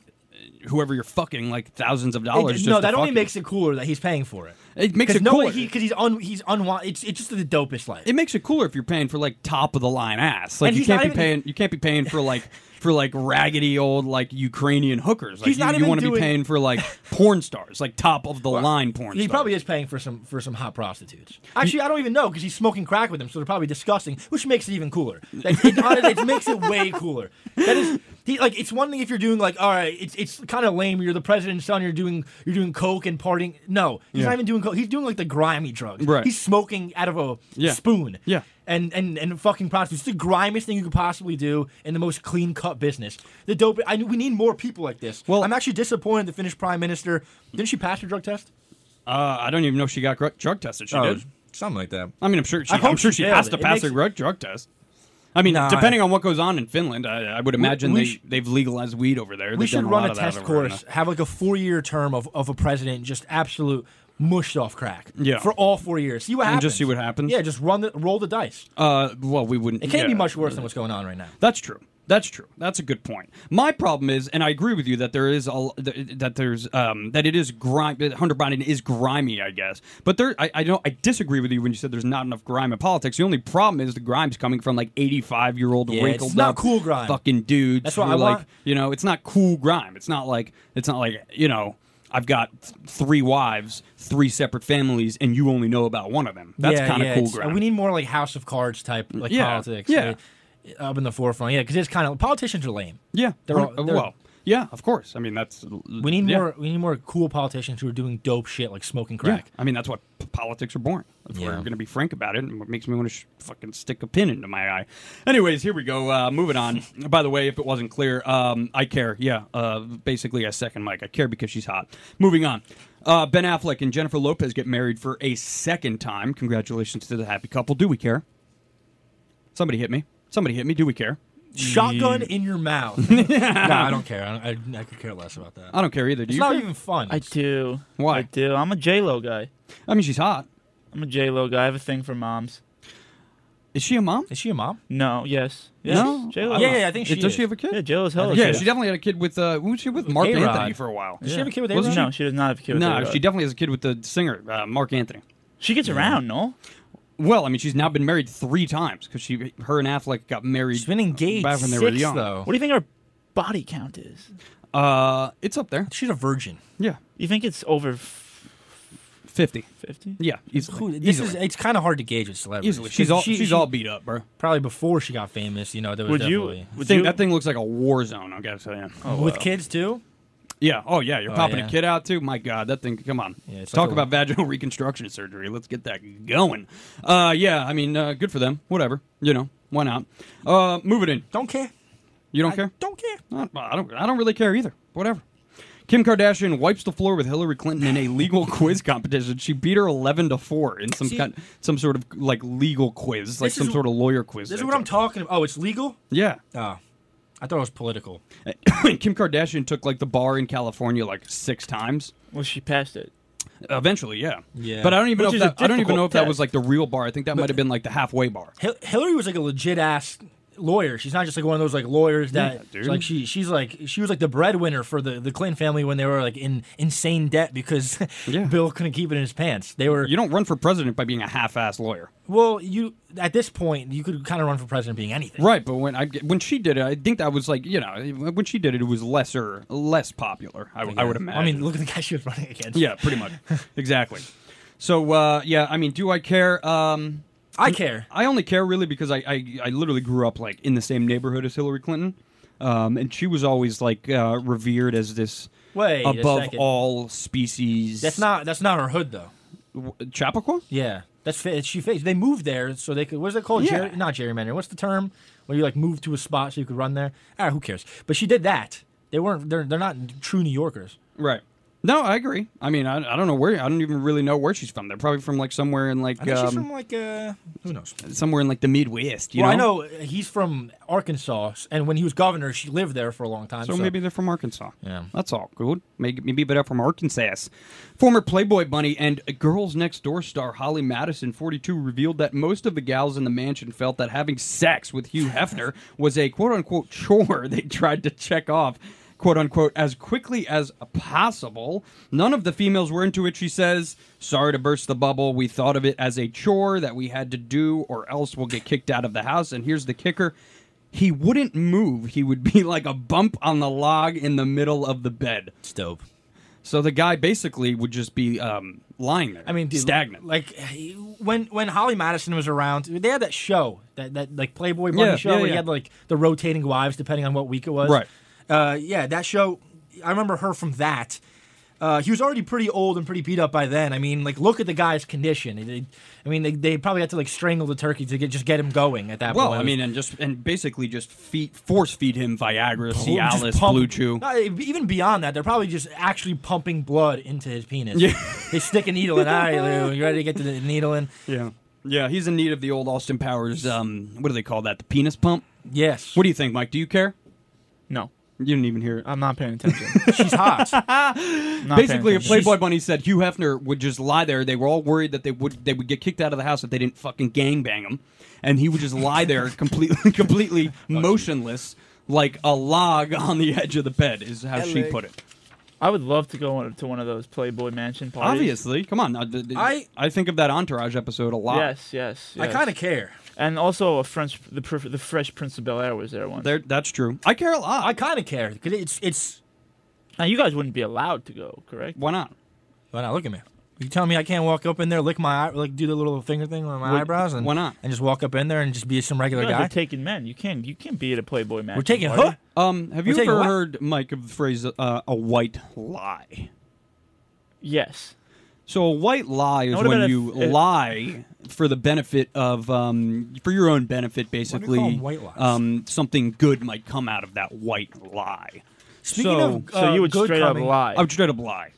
[SPEAKER 1] whoever you're fucking like thousands of dollars.
[SPEAKER 4] It-
[SPEAKER 1] just
[SPEAKER 4] no,
[SPEAKER 1] to
[SPEAKER 4] that only
[SPEAKER 1] fuck
[SPEAKER 4] makes it cooler that he's paying for it.
[SPEAKER 1] you. it makes
[SPEAKER 4] Because
[SPEAKER 1] it
[SPEAKER 4] no,
[SPEAKER 1] cooler.
[SPEAKER 4] because he's un, he's unwanted. It's, it's just the dopest life.
[SPEAKER 1] it makes it cooler if you're paying for like top of the line ass. Like
[SPEAKER 4] And
[SPEAKER 1] you
[SPEAKER 4] he's not
[SPEAKER 1] can't be
[SPEAKER 4] even-
[SPEAKER 1] paying you can't be paying
[SPEAKER 4] (laughs)
[SPEAKER 1] for like for like raggedy old like Ukrainian hookers. Like
[SPEAKER 4] He's
[SPEAKER 1] you,
[SPEAKER 4] not even
[SPEAKER 1] want to be
[SPEAKER 4] doing-
[SPEAKER 1] paying
[SPEAKER 4] (laughs)
[SPEAKER 1] for like porn stars, like top of the line porn.
[SPEAKER 4] he
[SPEAKER 1] stars.
[SPEAKER 4] probably is paying for some for some hot prostitutes. Actually, I don't even know because he's smoking crack with them, so they're probably disgusting, which makes it even cooler. Like, it, honestly, it makes it way cooler. That is, he, like, it's one thing if you're doing like, all right, it's it's kind of lame. You're the president's son. You're doing you're doing coke and partying. No, he's
[SPEAKER 1] Yeah.
[SPEAKER 4] not even doing coke. He's doing like the grimy drugs.
[SPEAKER 1] Right.
[SPEAKER 4] He's smoking out of a
[SPEAKER 1] Yeah.
[SPEAKER 4] spoon.
[SPEAKER 1] Yeah.
[SPEAKER 4] And, and and fucking prostitutes. It's the grimiest thing you could possibly do in the most clean cut business. The dope. I we need more people like this.
[SPEAKER 1] Well-
[SPEAKER 4] I'm actually disappointed. The Finnish prime minister didn't she pass her drug test?
[SPEAKER 1] Uh, I don't even know if she got gr- drug tested. She did.
[SPEAKER 4] Something like that.
[SPEAKER 1] I mean, I'm sure she.
[SPEAKER 4] Oh. I hope
[SPEAKER 1] I'm sure
[SPEAKER 4] she
[SPEAKER 1] she
[SPEAKER 4] failed
[SPEAKER 1] has
[SPEAKER 4] it.
[SPEAKER 1] to
[SPEAKER 4] It
[SPEAKER 1] pass
[SPEAKER 4] makes-
[SPEAKER 1] a drug, drug test. I mean,
[SPEAKER 4] Nah,
[SPEAKER 1] depending on what goes on in Finland, I, I would imagine
[SPEAKER 4] we
[SPEAKER 1] they
[SPEAKER 4] sh-
[SPEAKER 1] they've legalized weed over there.
[SPEAKER 4] We
[SPEAKER 1] They've
[SPEAKER 4] should
[SPEAKER 1] done
[SPEAKER 4] run
[SPEAKER 1] lot
[SPEAKER 4] a
[SPEAKER 1] of that
[SPEAKER 4] test
[SPEAKER 1] over there.
[SPEAKER 4] course, have like a four year term of, of a president just absolute mushed off crack.
[SPEAKER 1] Yeah.
[SPEAKER 4] For all four years. See what
[SPEAKER 1] And
[SPEAKER 4] happens.
[SPEAKER 1] just see what happens?
[SPEAKER 4] Yeah, just run the roll the dice.
[SPEAKER 1] Uh, well, we wouldn't.
[SPEAKER 4] It can't be
[SPEAKER 1] yeah.
[SPEAKER 4] much worse than what's going on right now.
[SPEAKER 1] That's true. That's true. That's a good point. My problem is, and I agree with you that there is a, that there's um, that it is grime. that Hunter Biden is grimy, I guess. But there, I, I don't. I disagree with you when you said there's not enough grime in politics. The only problem is the grime's coming from like 85 year old
[SPEAKER 4] Yeah, it's
[SPEAKER 1] wrinkled
[SPEAKER 4] not
[SPEAKER 1] up
[SPEAKER 4] cool grime.
[SPEAKER 1] fucking dudes.
[SPEAKER 4] That's what
[SPEAKER 1] who,
[SPEAKER 4] I
[SPEAKER 1] like.
[SPEAKER 4] want.
[SPEAKER 1] You know, it's not cool grime. It's not like it's not like you know. I've got th- three wives, three separate families, and you only know about one of them. That's
[SPEAKER 4] Yeah,
[SPEAKER 1] kind of
[SPEAKER 4] yeah,
[SPEAKER 1] cool
[SPEAKER 4] it's- uh,
[SPEAKER 1] grime.
[SPEAKER 4] We need more like House of Cards type like
[SPEAKER 1] Yeah,
[SPEAKER 4] politics.
[SPEAKER 1] yeah.
[SPEAKER 4] like, up in the forefront. Yeah, because it's kind of politicians are lame.
[SPEAKER 1] yeah,
[SPEAKER 4] They're all- they're-
[SPEAKER 1] well, yeah, of course. I mean, that's
[SPEAKER 4] We need
[SPEAKER 1] yeah.
[SPEAKER 4] more we need more cool politicians who are doing dope shit like smoking crack.
[SPEAKER 1] Yeah. I mean, that's what p- politics are born. If we're
[SPEAKER 4] Yeah.
[SPEAKER 1] going to be frank about it, and what makes me want to sh- fucking stick a pin into my eye. Anyways, here we go. Uh, moving on.
[SPEAKER 4] (laughs)
[SPEAKER 1] By the way, if it wasn't clear, um, I care. Yeah. Uh, basically, I second Mike. I care because she's hot. Moving on. Uh, ben Affleck and Jennifer Lopez get married for a second time. Congratulations to the happy couple. Do we care? Somebody hit me. Somebody hit me. Do we care?
[SPEAKER 4] Shotgun in your mouth.
[SPEAKER 1] (laughs)
[SPEAKER 4] no, I don't care. I, I, I could care less about that.
[SPEAKER 1] I don't care either. Do
[SPEAKER 4] It's
[SPEAKER 1] you?
[SPEAKER 4] not
[SPEAKER 1] care?
[SPEAKER 4] even fun.
[SPEAKER 2] I do.
[SPEAKER 1] Why?
[SPEAKER 2] I do. I'm a J Lo guy.
[SPEAKER 1] I mean, she's hot.
[SPEAKER 2] I'm a J Lo guy. I have a thing for moms.
[SPEAKER 1] Is she a mom?
[SPEAKER 4] Is she a mom?
[SPEAKER 2] No. Yes. yes.
[SPEAKER 1] No?
[SPEAKER 2] J-Lo.
[SPEAKER 4] Yeah, yeah, I think she
[SPEAKER 1] Does
[SPEAKER 4] is.
[SPEAKER 1] she have a kid?
[SPEAKER 2] Yeah, J-Lo's hella
[SPEAKER 1] Yeah,
[SPEAKER 2] cute.
[SPEAKER 1] she definitely had a kid with uh, who was she with Mark
[SPEAKER 4] A-Rod.
[SPEAKER 1] Anthony for a while.
[SPEAKER 4] Does she have a kid with
[SPEAKER 2] Wasn't
[SPEAKER 4] A-Rod?
[SPEAKER 2] No, she does not have a kid with
[SPEAKER 1] No,
[SPEAKER 2] A-Rod.
[SPEAKER 1] she definitely has a kid with the singer uh, Mark Anthony.
[SPEAKER 2] She gets around, no?
[SPEAKER 1] Well, I mean, she's now been married three times because she, her and Affleck got married.
[SPEAKER 4] She's been engaged
[SPEAKER 1] back when they
[SPEAKER 4] six,
[SPEAKER 1] were young.
[SPEAKER 4] though.
[SPEAKER 2] What do you think her body count is?
[SPEAKER 1] Uh, it's up there.
[SPEAKER 4] She's a virgin.
[SPEAKER 1] Yeah,
[SPEAKER 2] You think it's over
[SPEAKER 1] fifty.
[SPEAKER 2] 50?
[SPEAKER 1] Yeah, easily.
[SPEAKER 4] Who, this
[SPEAKER 1] easily.
[SPEAKER 4] is it's kind of hard to gauge with celebrities.
[SPEAKER 1] easily.
[SPEAKER 4] 'cause
[SPEAKER 1] She's all
[SPEAKER 4] she-
[SPEAKER 1] she's
[SPEAKER 4] she-
[SPEAKER 1] all beat up, bro.
[SPEAKER 4] probably before she got famous. You know, there was
[SPEAKER 2] Would
[SPEAKER 4] definitely
[SPEAKER 2] you? Would
[SPEAKER 1] Thing-
[SPEAKER 2] you?
[SPEAKER 1] that thing looks like a war zone. I gotta tell you.
[SPEAKER 4] with kids too.
[SPEAKER 1] Yeah. Oh yeah. You're
[SPEAKER 4] Oh,
[SPEAKER 1] popping
[SPEAKER 4] yeah.
[SPEAKER 1] a kid out too. My God, that thing. Come on.
[SPEAKER 4] Yeah, it's
[SPEAKER 1] Talk
[SPEAKER 4] like a-
[SPEAKER 1] about vaginal (laughs) reconstruction surgery. Let's get that going. Uh, yeah. I mean, uh, good for them. Whatever. You know, why not? Uh, move it in.
[SPEAKER 4] Don't care.
[SPEAKER 1] You don't care.
[SPEAKER 4] Don't care.
[SPEAKER 1] Not- I don't. I don't really care either. Whatever. Kim Kardashian wipes the floor with Hillary Clinton in a legal (laughs) quiz competition. She beat her eleven to four in some
[SPEAKER 4] See-
[SPEAKER 1] kind, some sort of like legal quiz, like
[SPEAKER 4] This
[SPEAKER 1] some
[SPEAKER 4] is-
[SPEAKER 1] sort of lawyer quiz.
[SPEAKER 4] This is
[SPEAKER 1] they
[SPEAKER 4] what I'm
[SPEAKER 1] took.
[SPEAKER 4] talking about. Oh, it's legal.
[SPEAKER 1] Yeah. (coughs)
[SPEAKER 4] Oh, I thought it was political.
[SPEAKER 1] Kim Kardashian took like the bar in California like six times.
[SPEAKER 2] Well, she passed it.
[SPEAKER 1] Eventually, yeah.
[SPEAKER 4] Yeah.
[SPEAKER 1] But I don't even
[SPEAKER 2] Which
[SPEAKER 1] know
[SPEAKER 2] is
[SPEAKER 1] if
[SPEAKER 2] a
[SPEAKER 1] that, I don't even
[SPEAKER 2] difficult
[SPEAKER 1] know if that was
[SPEAKER 2] test.
[SPEAKER 1] like the real bar. I think that might have been like the halfway bar.
[SPEAKER 4] Hil- Hillary was like a legit ass lawyer. She's not just like one of those like lawyers that
[SPEAKER 1] Yeah, dude.
[SPEAKER 4] like she she's like she was like the breadwinner for the the Clinton family when they were like in insane debt because (laughs)
[SPEAKER 1] Yeah.
[SPEAKER 4] Bill couldn't keep it in his pants. They were
[SPEAKER 1] You don't run for president by being a half-ass lawyer,
[SPEAKER 4] well, you at this point you could kind of run for president being anything.
[SPEAKER 1] right? But when I when she did it, I think that was like you know when she did it, it was lesser less popular. I, I would imagine.
[SPEAKER 4] I mean, look at the guy she was running against.
[SPEAKER 1] yeah,
[SPEAKER 4] (laughs)
[SPEAKER 1] pretty much, exactly. So uh, yeah, I mean, do I care? Um,
[SPEAKER 4] I care.
[SPEAKER 1] I only care really because I, I, I literally grew up like in the same neighborhood as Hillary Clinton, um, and she was always like uh, revered as this
[SPEAKER 4] Wait a
[SPEAKER 1] above
[SPEAKER 4] second.
[SPEAKER 1] all species.
[SPEAKER 4] That's not that's not her hood though.
[SPEAKER 1] W- Chappaqua.
[SPEAKER 4] Yeah, that's fa- she faced. They moved there so they could. What's it called?
[SPEAKER 1] Yeah.
[SPEAKER 4] Gerry- not gerrymandering. What's the term when you like move to a spot so you could run there? Ah, who cares? But she did that. They weren't. They're they're not true New Yorkers.
[SPEAKER 1] Right. No, I agree. I mean, I, I don't know where. I don't even really know where she's from. They're probably from like somewhere in like
[SPEAKER 4] I think she's
[SPEAKER 1] um,
[SPEAKER 4] from like uh, who knows?
[SPEAKER 1] somewhere in like the Midwest. You
[SPEAKER 4] well,
[SPEAKER 1] know.
[SPEAKER 4] I know he's from Arkansas, and when he was governor, she lived there for a long time. So,
[SPEAKER 1] So, maybe they're from Arkansas.
[SPEAKER 4] Yeah.
[SPEAKER 1] That's all good. Maybe, maybe they're from Arkansas. Former Playboy Bunny and Girls Next Door star Holly Madison, 42, revealed that most of the gals in the mansion felt that having sex with Hugh Hefner was a quote unquote chore (laughs) they tried to check off. "Quote unquote," as quickly as possible. None of the females were into it. She says, "Sorry to burst the bubble. We thought of it as a chore that we had to do, or else we'll get kicked out of the house." And here's the kicker: he wouldn't move. He would be (laughs) like a bump on the log in the middle of the bed.
[SPEAKER 4] it's dope.
[SPEAKER 1] So the guy basically would just be um, lying there.
[SPEAKER 4] I mean, dude,
[SPEAKER 1] stagnant.
[SPEAKER 4] Like when when Holly Madison was around, they had that show that that like Playboy Bunny
[SPEAKER 1] Yeah,
[SPEAKER 4] show
[SPEAKER 1] yeah,
[SPEAKER 4] where
[SPEAKER 1] yeah.
[SPEAKER 4] you had like the rotating wives depending on what week it was.
[SPEAKER 1] Right.
[SPEAKER 4] Uh, yeah, that show. I remember her from that. Uh, he was already pretty old and pretty beat up by then. I mean, like, look at the guy's condition. They- they- I mean, they, they probably had to like strangle the turkey to get just get him going at that
[SPEAKER 1] well,
[SPEAKER 4] point.
[SPEAKER 1] I mean, and just and basically just feed, force feed him Viagra,
[SPEAKER 4] Or just
[SPEAKER 1] Cialis,
[SPEAKER 4] pump- (laughs)
[SPEAKER 1] Blue Chew.
[SPEAKER 4] No, even beyond that, they're probably just actually pumping blood into his penis. Yeah. they stick a needle in. All right, Lou, you ready to get to the needle in?
[SPEAKER 1] Yeah, yeah, he's in need of the old Austin Powers. Um, what do they call that? The penis pump.
[SPEAKER 4] Yes.
[SPEAKER 1] What do you think, Mike? Do you care?
[SPEAKER 2] No.
[SPEAKER 1] You didn't even hear it.
[SPEAKER 2] I'm not paying attention.
[SPEAKER 4] (laughs) She's hot.
[SPEAKER 2] Not paying
[SPEAKER 1] Basically, a
[SPEAKER 2] attention.
[SPEAKER 1] Playboy Bunny said Hugh Hefner would just lie there. They were all worried that they would they would get kicked out of the house if they didn't fucking gangbang him, and he would just lie
[SPEAKER 4] (laughs)
[SPEAKER 1] there completely completely motionless, like a log on the edge of the bed. Is how she put it.
[SPEAKER 2] I would love to go on to one of those Playboy Mansion parties.
[SPEAKER 1] Obviously, come on. now, th- th-
[SPEAKER 4] I-
[SPEAKER 1] I think of that Entourage episode a lot.
[SPEAKER 2] Yes, yes.
[SPEAKER 4] I
[SPEAKER 2] yes.
[SPEAKER 4] kind of care.
[SPEAKER 2] And also a French, the pr- the Fresh Prince of Bel Air was there once.
[SPEAKER 1] There, that's true. I care a lot.
[SPEAKER 4] I kind of care because it's it's.
[SPEAKER 2] Now you guys wouldn't be allowed to go, correct?
[SPEAKER 1] Why not?
[SPEAKER 4] Why not look at me? You tell me I can't walk up in there, lick my eye, like do the little finger thing with my
[SPEAKER 1] Why-
[SPEAKER 4] eyebrows, and
[SPEAKER 1] why not?
[SPEAKER 4] And just walk up in there and just be some regular
[SPEAKER 2] You guys
[SPEAKER 4] guy.
[SPEAKER 2] are taking men. You can't. You can't be at a Playboy Mansion.
[SPEAKER 4] We're taking
[SPEAKER 2] party.
[SPEAKER 4] huh?
[SPEAKER 1] Um, have
[SPEAKER 4] We're
[SPEAKER 1] you
[SPEAKER 4] taking
[SPEAKER 1] ever
[SPEAKER 4] what?
[SPEAKER 1] heard Mike of the phrase uh, a white lie?
[SPEAKER 2] Yes.
[SPEAKER 1] So a white lie is
[SPEAKER 2] Now, what
[SPEAKER 1] when
[SPEAKER 2] about if-
[SPEAKER 1] you
[SPEAKER 2] if-
[SPEAKER 1] lie for the benefit of, um, for your own benefit,
[SPEAKER 4] do we call 'em,
[SPEAKER 1] basically.
[SPEAKER 4] white lies?
[SPEAKER 1] Um, something good might come out of that white lie.
[SPEAKER 4] Speaking
[SPEAKER 1] so,
[SPEAKER 4] of,
[SPEAKER 2] So
[SPEAKER 4] uh,
[SPEAKER 2] you would
[SPEAKER 4] good
[SPEAKER 2] straight
[SPEAKER 4] coming-
[SPEAKER 2] up lie.
[SPEAKER 1] I would straight up lie.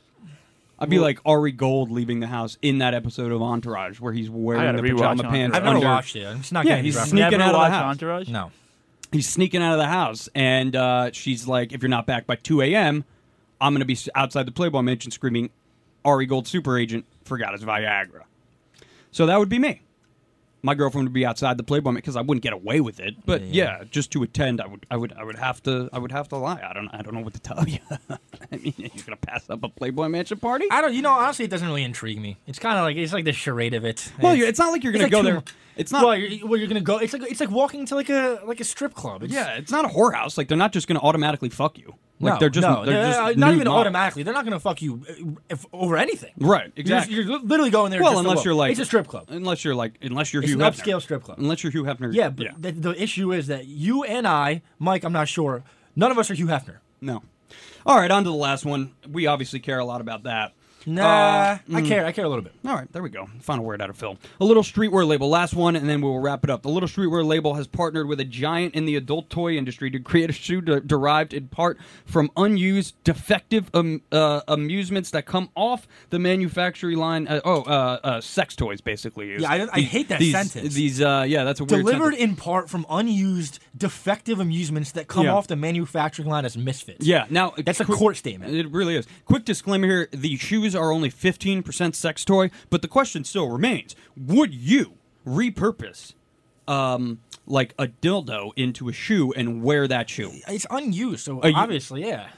[SPEAKER 1] I'd be like Ari Gold leaving the house in that episode of Entourage where he's wearing
[SPEAKER 2] gotta
[SPEAKER 1] the
[SPEAKER 2] rewatch
[SPEAKER 1] pajama
[SPEAKER 2] Entourage.
[SPEAKER 1] pants.
[SPEAKER 4] I've never
[SPEAKER 1] under-
[SPEAKER 4] watched it. I'm just not
[SPEAKER 1] Yeah,
[SPEAKER 4] getting
[SPEAKER 1] he's
[SPEAKER 4] these
[SPEAKER 1] sneaking
[SPEAKER 4] references.
[SPEAKER 2] Never
[SPEAKER 1] out of the
[SPEAKER 2] watched
[SPEAKER 1] house.
[SPEAKER 2] Entourage.
[SPEAKER 4] No,
[SPEAKER 1] he's sneaking out of the house, and uh, she's like, "If you're not back by 2 a.m., I'm gonna be s- outside the Playboy Mansion screaming, Ari Gold super agent forgot his Viagra." So that would be me. my girlfriend would be outside the Playboy because I wouldn't get away with it. But yeah. just to attend, I would, I would, I would have to, I would have to lie. I don't, I don't know what to tell (laughs) you. I mean, you're gonna pass up a Playboy Mansion party?
[SPEAKER 4] I don't. You know, honestly, it doesn't really intrigue me. It's kind of like it's like the charade of it.
[SPEAKER 1] well, you're, it's not like you're gonna
[SPEAKER 4] like
[SPEAKER 1] go
[SPEAKER 4] too
[SPEAKER 1] there.
[SPEAKER 4] mu-
[SPEAKER 1] It's not.
[SPEAKER 4] Well, you're, well, you're gonna go. It's like it's like walking to like a like a strip club. It's,
[SPEAKER 1] yeah, it's not a whorehouse. Like they're not just gonna automatically fuck you. Like
[SPEAKER 4] no,
[SPEAKER 1] they're just,
[SPEAKER 4] no,
[SPEAKER 1] they're
[SPEAKER 4] no,
[SPEAKER 1] just
[SPEAKER 4] no, not
[SPEAKER 1] nude
[SPEAKER 4] even
[SPEAKER 1] models.
[SPEAKER 4] automatically. They're not gonna fuck you uh, if, over anything.
[SPEAKER 1] Right,
[SPEAKER 4] You're just-
[SPEAKER 1] exactly.
[SPEAKER 4] You're, literally going there.
[SPEAKER 1] well,
[SPEAKER 4] just to
[SPEAKER 1] unless
[SPEAKER 4] look.
[SPEAKER 1] you're like Uh,
[SPEAKER 4] it's a strip club.
[SPEAKER 1] Unless you're like unless you're
[SPEAKER 4] It's
[SPEAKER 1] Hugh
[SPEAKER 4] an
[SPEAKER 1] Hefner.
[SPEAKER 4] upscale strip club.
[SPEAKER 1] Unless you're Hugh Hefner.
[SPEAKER 4] Yeah, but The, the issue is that you and I, Mike, I'm not sure. None of us are Hugh Hefner.
[SPEAKER 1] no. All right, on to the last one. We obviously care a lot about that. Uh,
[SPEAKER 4] Nah, I
[SPEAKER 1] mm.
[SPEAKER 4] care. I care a little bit.
[SPEAKER 1] All right, there we go. Final word out of Phil. A little streetwear label, last one, and then we will wrap it up. The little streetwear label has partnered with a giant in the adult toy industry to create a shoe de- derived in part from unused, defective um, uh, amusements that come off the manufacturing line. Uh, oh, uh, uh, sex toys, basically. is
[SPEAKER 4] Yeah, I don't- I hate that
[SPEAKER 1] these,
[SPEAKER 4] sentence.
[SPEAKER 1] These, uh, yeah, that's a weird
[SPEAKER 4] Delivered
[SPEAKER 1] sentence.
[SPEAKER 4] in part from unused, defective amusements that come
[SPEAKER 1] Yeah.
[SPEAKER 4] off the manufacturing line as misfits.
[SPEAKER 1] Yeah, now
[SPEAKER 4] that's a
[SPEAKER 1] quick-
[SPEAKER 4] court statement.
[SPEAKER 1] It really is. Quick disclaimer here: the shoes are only fifteen percent sex toy, but the question still remains: Would you repurpose, um, like a dildo into a shoe and wear that shoe?
[SPEAKER 4] It's unused, so
[SPEAKER 1] Are Uh, you-
[SPEAKER 4] obviously, yeah.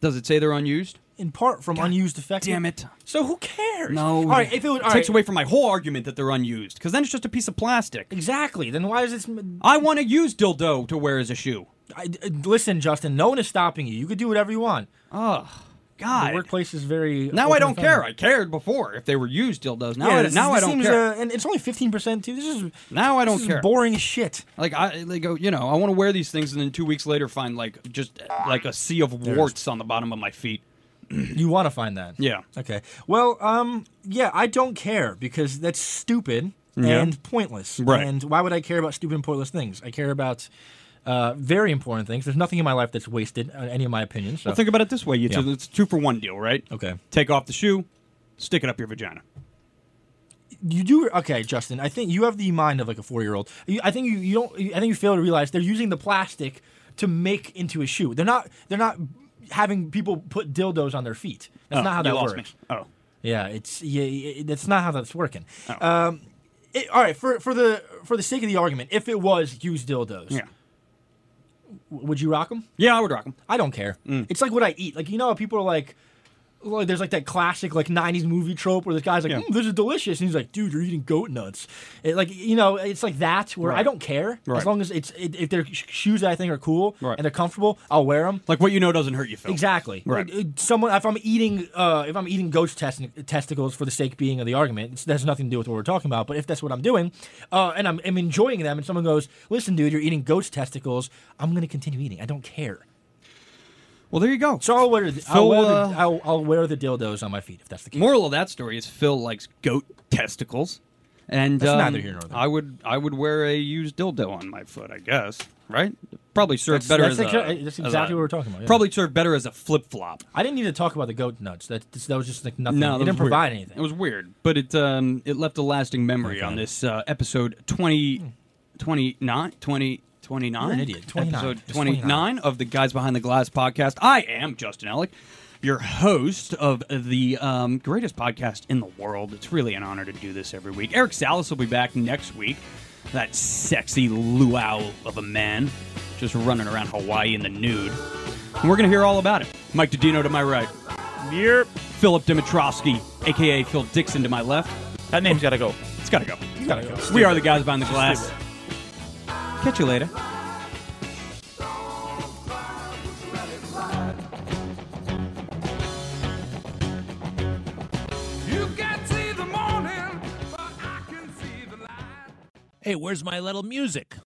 [SPEAKER 1] Does it say they're unused?
[SPEAKER 4] In part from unused, defective.
[SPEAKER 1] damn it.
[SPEAKER 4] So who cares?
[SPEAKER 1] No.
[SPEAKER 4] All right. If it was, all
[SPEAKER 1] takes
[SPEAKER 4] right,
[SPEAKER 1] away from my whole argument that they're unused, because then it's just a piece of plastic.
[SPEAKER 4] exactly, then why is this? m-
[SPEAKER 1] I want to use dildo to wear as a shoe.
[SPEAKER 4] I, I- listen, Justin. No one is stopping you. You could do whatever you want. The
[SPEAKER 1] God.
[SPEAKER 4] workplace is very.
[SPEAKER 1] Now I
[SPEAKER 4] open
[SPEAKER 1] don't
[SPEAKER 4] and feminine.
[SPEAKER 1] care. I cared before if they were used dildos. Now,
[SPEAKER 4] yeah,
[SPEAKER 1] I,
[SPEAKER 4] this is-
[SPEAKER 1] now I
[SPEAKER 4] this
[SPEAKER 1] don't
[SPEAKER 4] seems,
[SPEAKER 1] care.
[SPEAKER 4] uh, and it's only fifteen percent too. This is
[SPEAKER 1] Now I
[SPEAKER 4] this
[SPEAKER 1] don't
[SPEAKER 4] is
[SPEAKER 1] care.
[SPEAKER 4] Boring as shit.
[SPEAKER 1] Like I like uh, you know I want to wear these things and then two weeks later find like just uh, like a sea of warts on the bottom of my feet.
[SPEAKER 4] You want to find that?
[SPEAKER 1] Yeah.
[SPEAKER 4] Okay. Well, um, yeah, I don't care because that's stupid and pointless.
[SPEAKER 1] Right.
[SPEAKER 4] And why would I care about stupid and pointless things? I care about uh, very important things. There's nothing in my life that's wasted. uh, Any of my opinions. So.
[SPEAKER 1] Well, think about it this way: you
[SPEAKER 4] Yeah.
[SPEAKER 1] two, it's two for one deal, right?
[SPEAKER 4] Okay.
[SPEAKER 1] Take off the shoe, stick it up your vagina.
[SPEAKER 4] You do okay, Justin. I think you have the mind of like a four-year-old. You- I think you, you don't. I think you fail to realize they're using the plastic to make into a shoe. They're not. They're not having people put dildos on their feet. That's
[SPEAKER 1] Oh,
[SPEAKER 4] not how
[SPEAKER 1] you
[SPEAKER 4] that
[SPEAKER 1] lost
[SPEAKER 4] works.
[SPEAKER 1] me. Oh,
[SPEAKER 4] Yeah, it's yeah, yeah, that's not how that's working. Um, it, all right, for for the for the sake of the argument, if it was used dildos,
[SPEAKER 1] yeah,
[SPEAKER 4] w- would you rock them?
[SPEAKER 1] yeah, I would rock them.
[SPEAKER 4] I don't care.
[SPEAKER 1] Mm.
[SPEAKER 4] It's like what I eat. Like you know, how people are like, like, there's like that classic like '90s movie trope where this guy's like,
[SPEAKER 1] Yeah.
[SPEAKER 4] "Mm, "This is delicious," and he's like, "Dude, you're eating goat nuts." It, like you know, it's like that where I
[SPEAKER 1] Right.
[SPEAKER 4] don't care
[SPEAKER 1] Right.
[SPEAKER 4] as long as it's it, if they're sh- shoes that I think are cool
[SPEAKER 1] Right.
[SPEAKER 4] and they're comfortable, I'll wear them.
[SPEAKER 1] Like what you know doesn't hurt you, Phil.
[SPEAKER 4] Exactly.
[SPEAKER 1] Right.
[SPEAKER 4] Like, uh, someone, if I'm eating, uh, if I'm eating ghost testi- testicles for the sake being of the argument, it's, that's nothing to do with what we're talking about. But if that's what I'm doing, uh, and I'm, I'm enjoying them, and someone goes, "Listen, dude, you're eating ghost testicles," I'm gonna continue eating. I don't care.
[SPEAKER 1] Well, there you go.
[SPEAKER 4] So I'll wear the,
[SPEAKER 1] So,
[SPEAKER 4] I'll, wear the
[SPEAKER 1] uh,
[SPEAKER 4] I'll, I'll wear the dildos on my feet if that's the case.
[SPEAKER 1] Moral of that story is Phil likes goat testicles, and
[SPEAKER 4] That's
[SPEAKER 1] um,
[SPEAKER 4] neither here nor there.
[SPEAKER 1] I would I would wear a used dildo on my foot, I guess. Right? Probably serve
[SPEAKER 4] That's-
[SPEAKER 1] better
[SPEAKER 4] that's
[SPEAKER 1] as
[SPEAKER 4] exa-
[SPEAKER 1] a,
[SPEAKER 4] that's
[SPEAKER 1] as a-
[SPEAKER 4] exactly what we're talking about, yeah.
[SPEAKER 1] Probably serve better as a flip flop.
[SPEAKER 4] I didn't need to talk about the goat nuts. That that was just like nothing.
[SPEAKER 1] No,
[SPEAKER 4] it
[SPEAKER 1] that
[SPEAKER 4] didn't
[SPEAKER 1] was weird.
[SPEAKER 4] provide
[SPEAKER 1] It
[SPEAKER 4] anything.
[SPEAKER 1] was weird, but it um it left a lasting memory on this uh, episode 20, 29, 20, 29?
[SPEAKER 4] You're an idiot. 29.
[SPEAKER 1] Episode
[SPEAKER 4] It's
[SPEAKER 1] 29,
[SPEAKER 4] 29.
[SPEAKER 1] of the Guys Behind the Glass podcast. I am Justin Alec, your host of the um, greatest podcast in the world. It's really an honor to do this every week. Eric Salas will be back next week. That sexy luau of a man just running around Hawaii in the nude. And we're going to hear all about it. Mike DeDino to my right.
[SPEAKER 2] Yep.
[SPEAKER 1] Philip Dimitrovsky, aka Phil Dixon, to my left.
[SPEAKER 2] That name's gotta go.
[SPEAKER 1] It's gotta go.
[SPEAKER 4] You gotta go.
[SPEAKER 1] We are the guys behind the glass. Catch you later.
[SPEAKER 7] You can see the morning, but I can see the light.
[SPEAKER 8] Hey, where's my little music?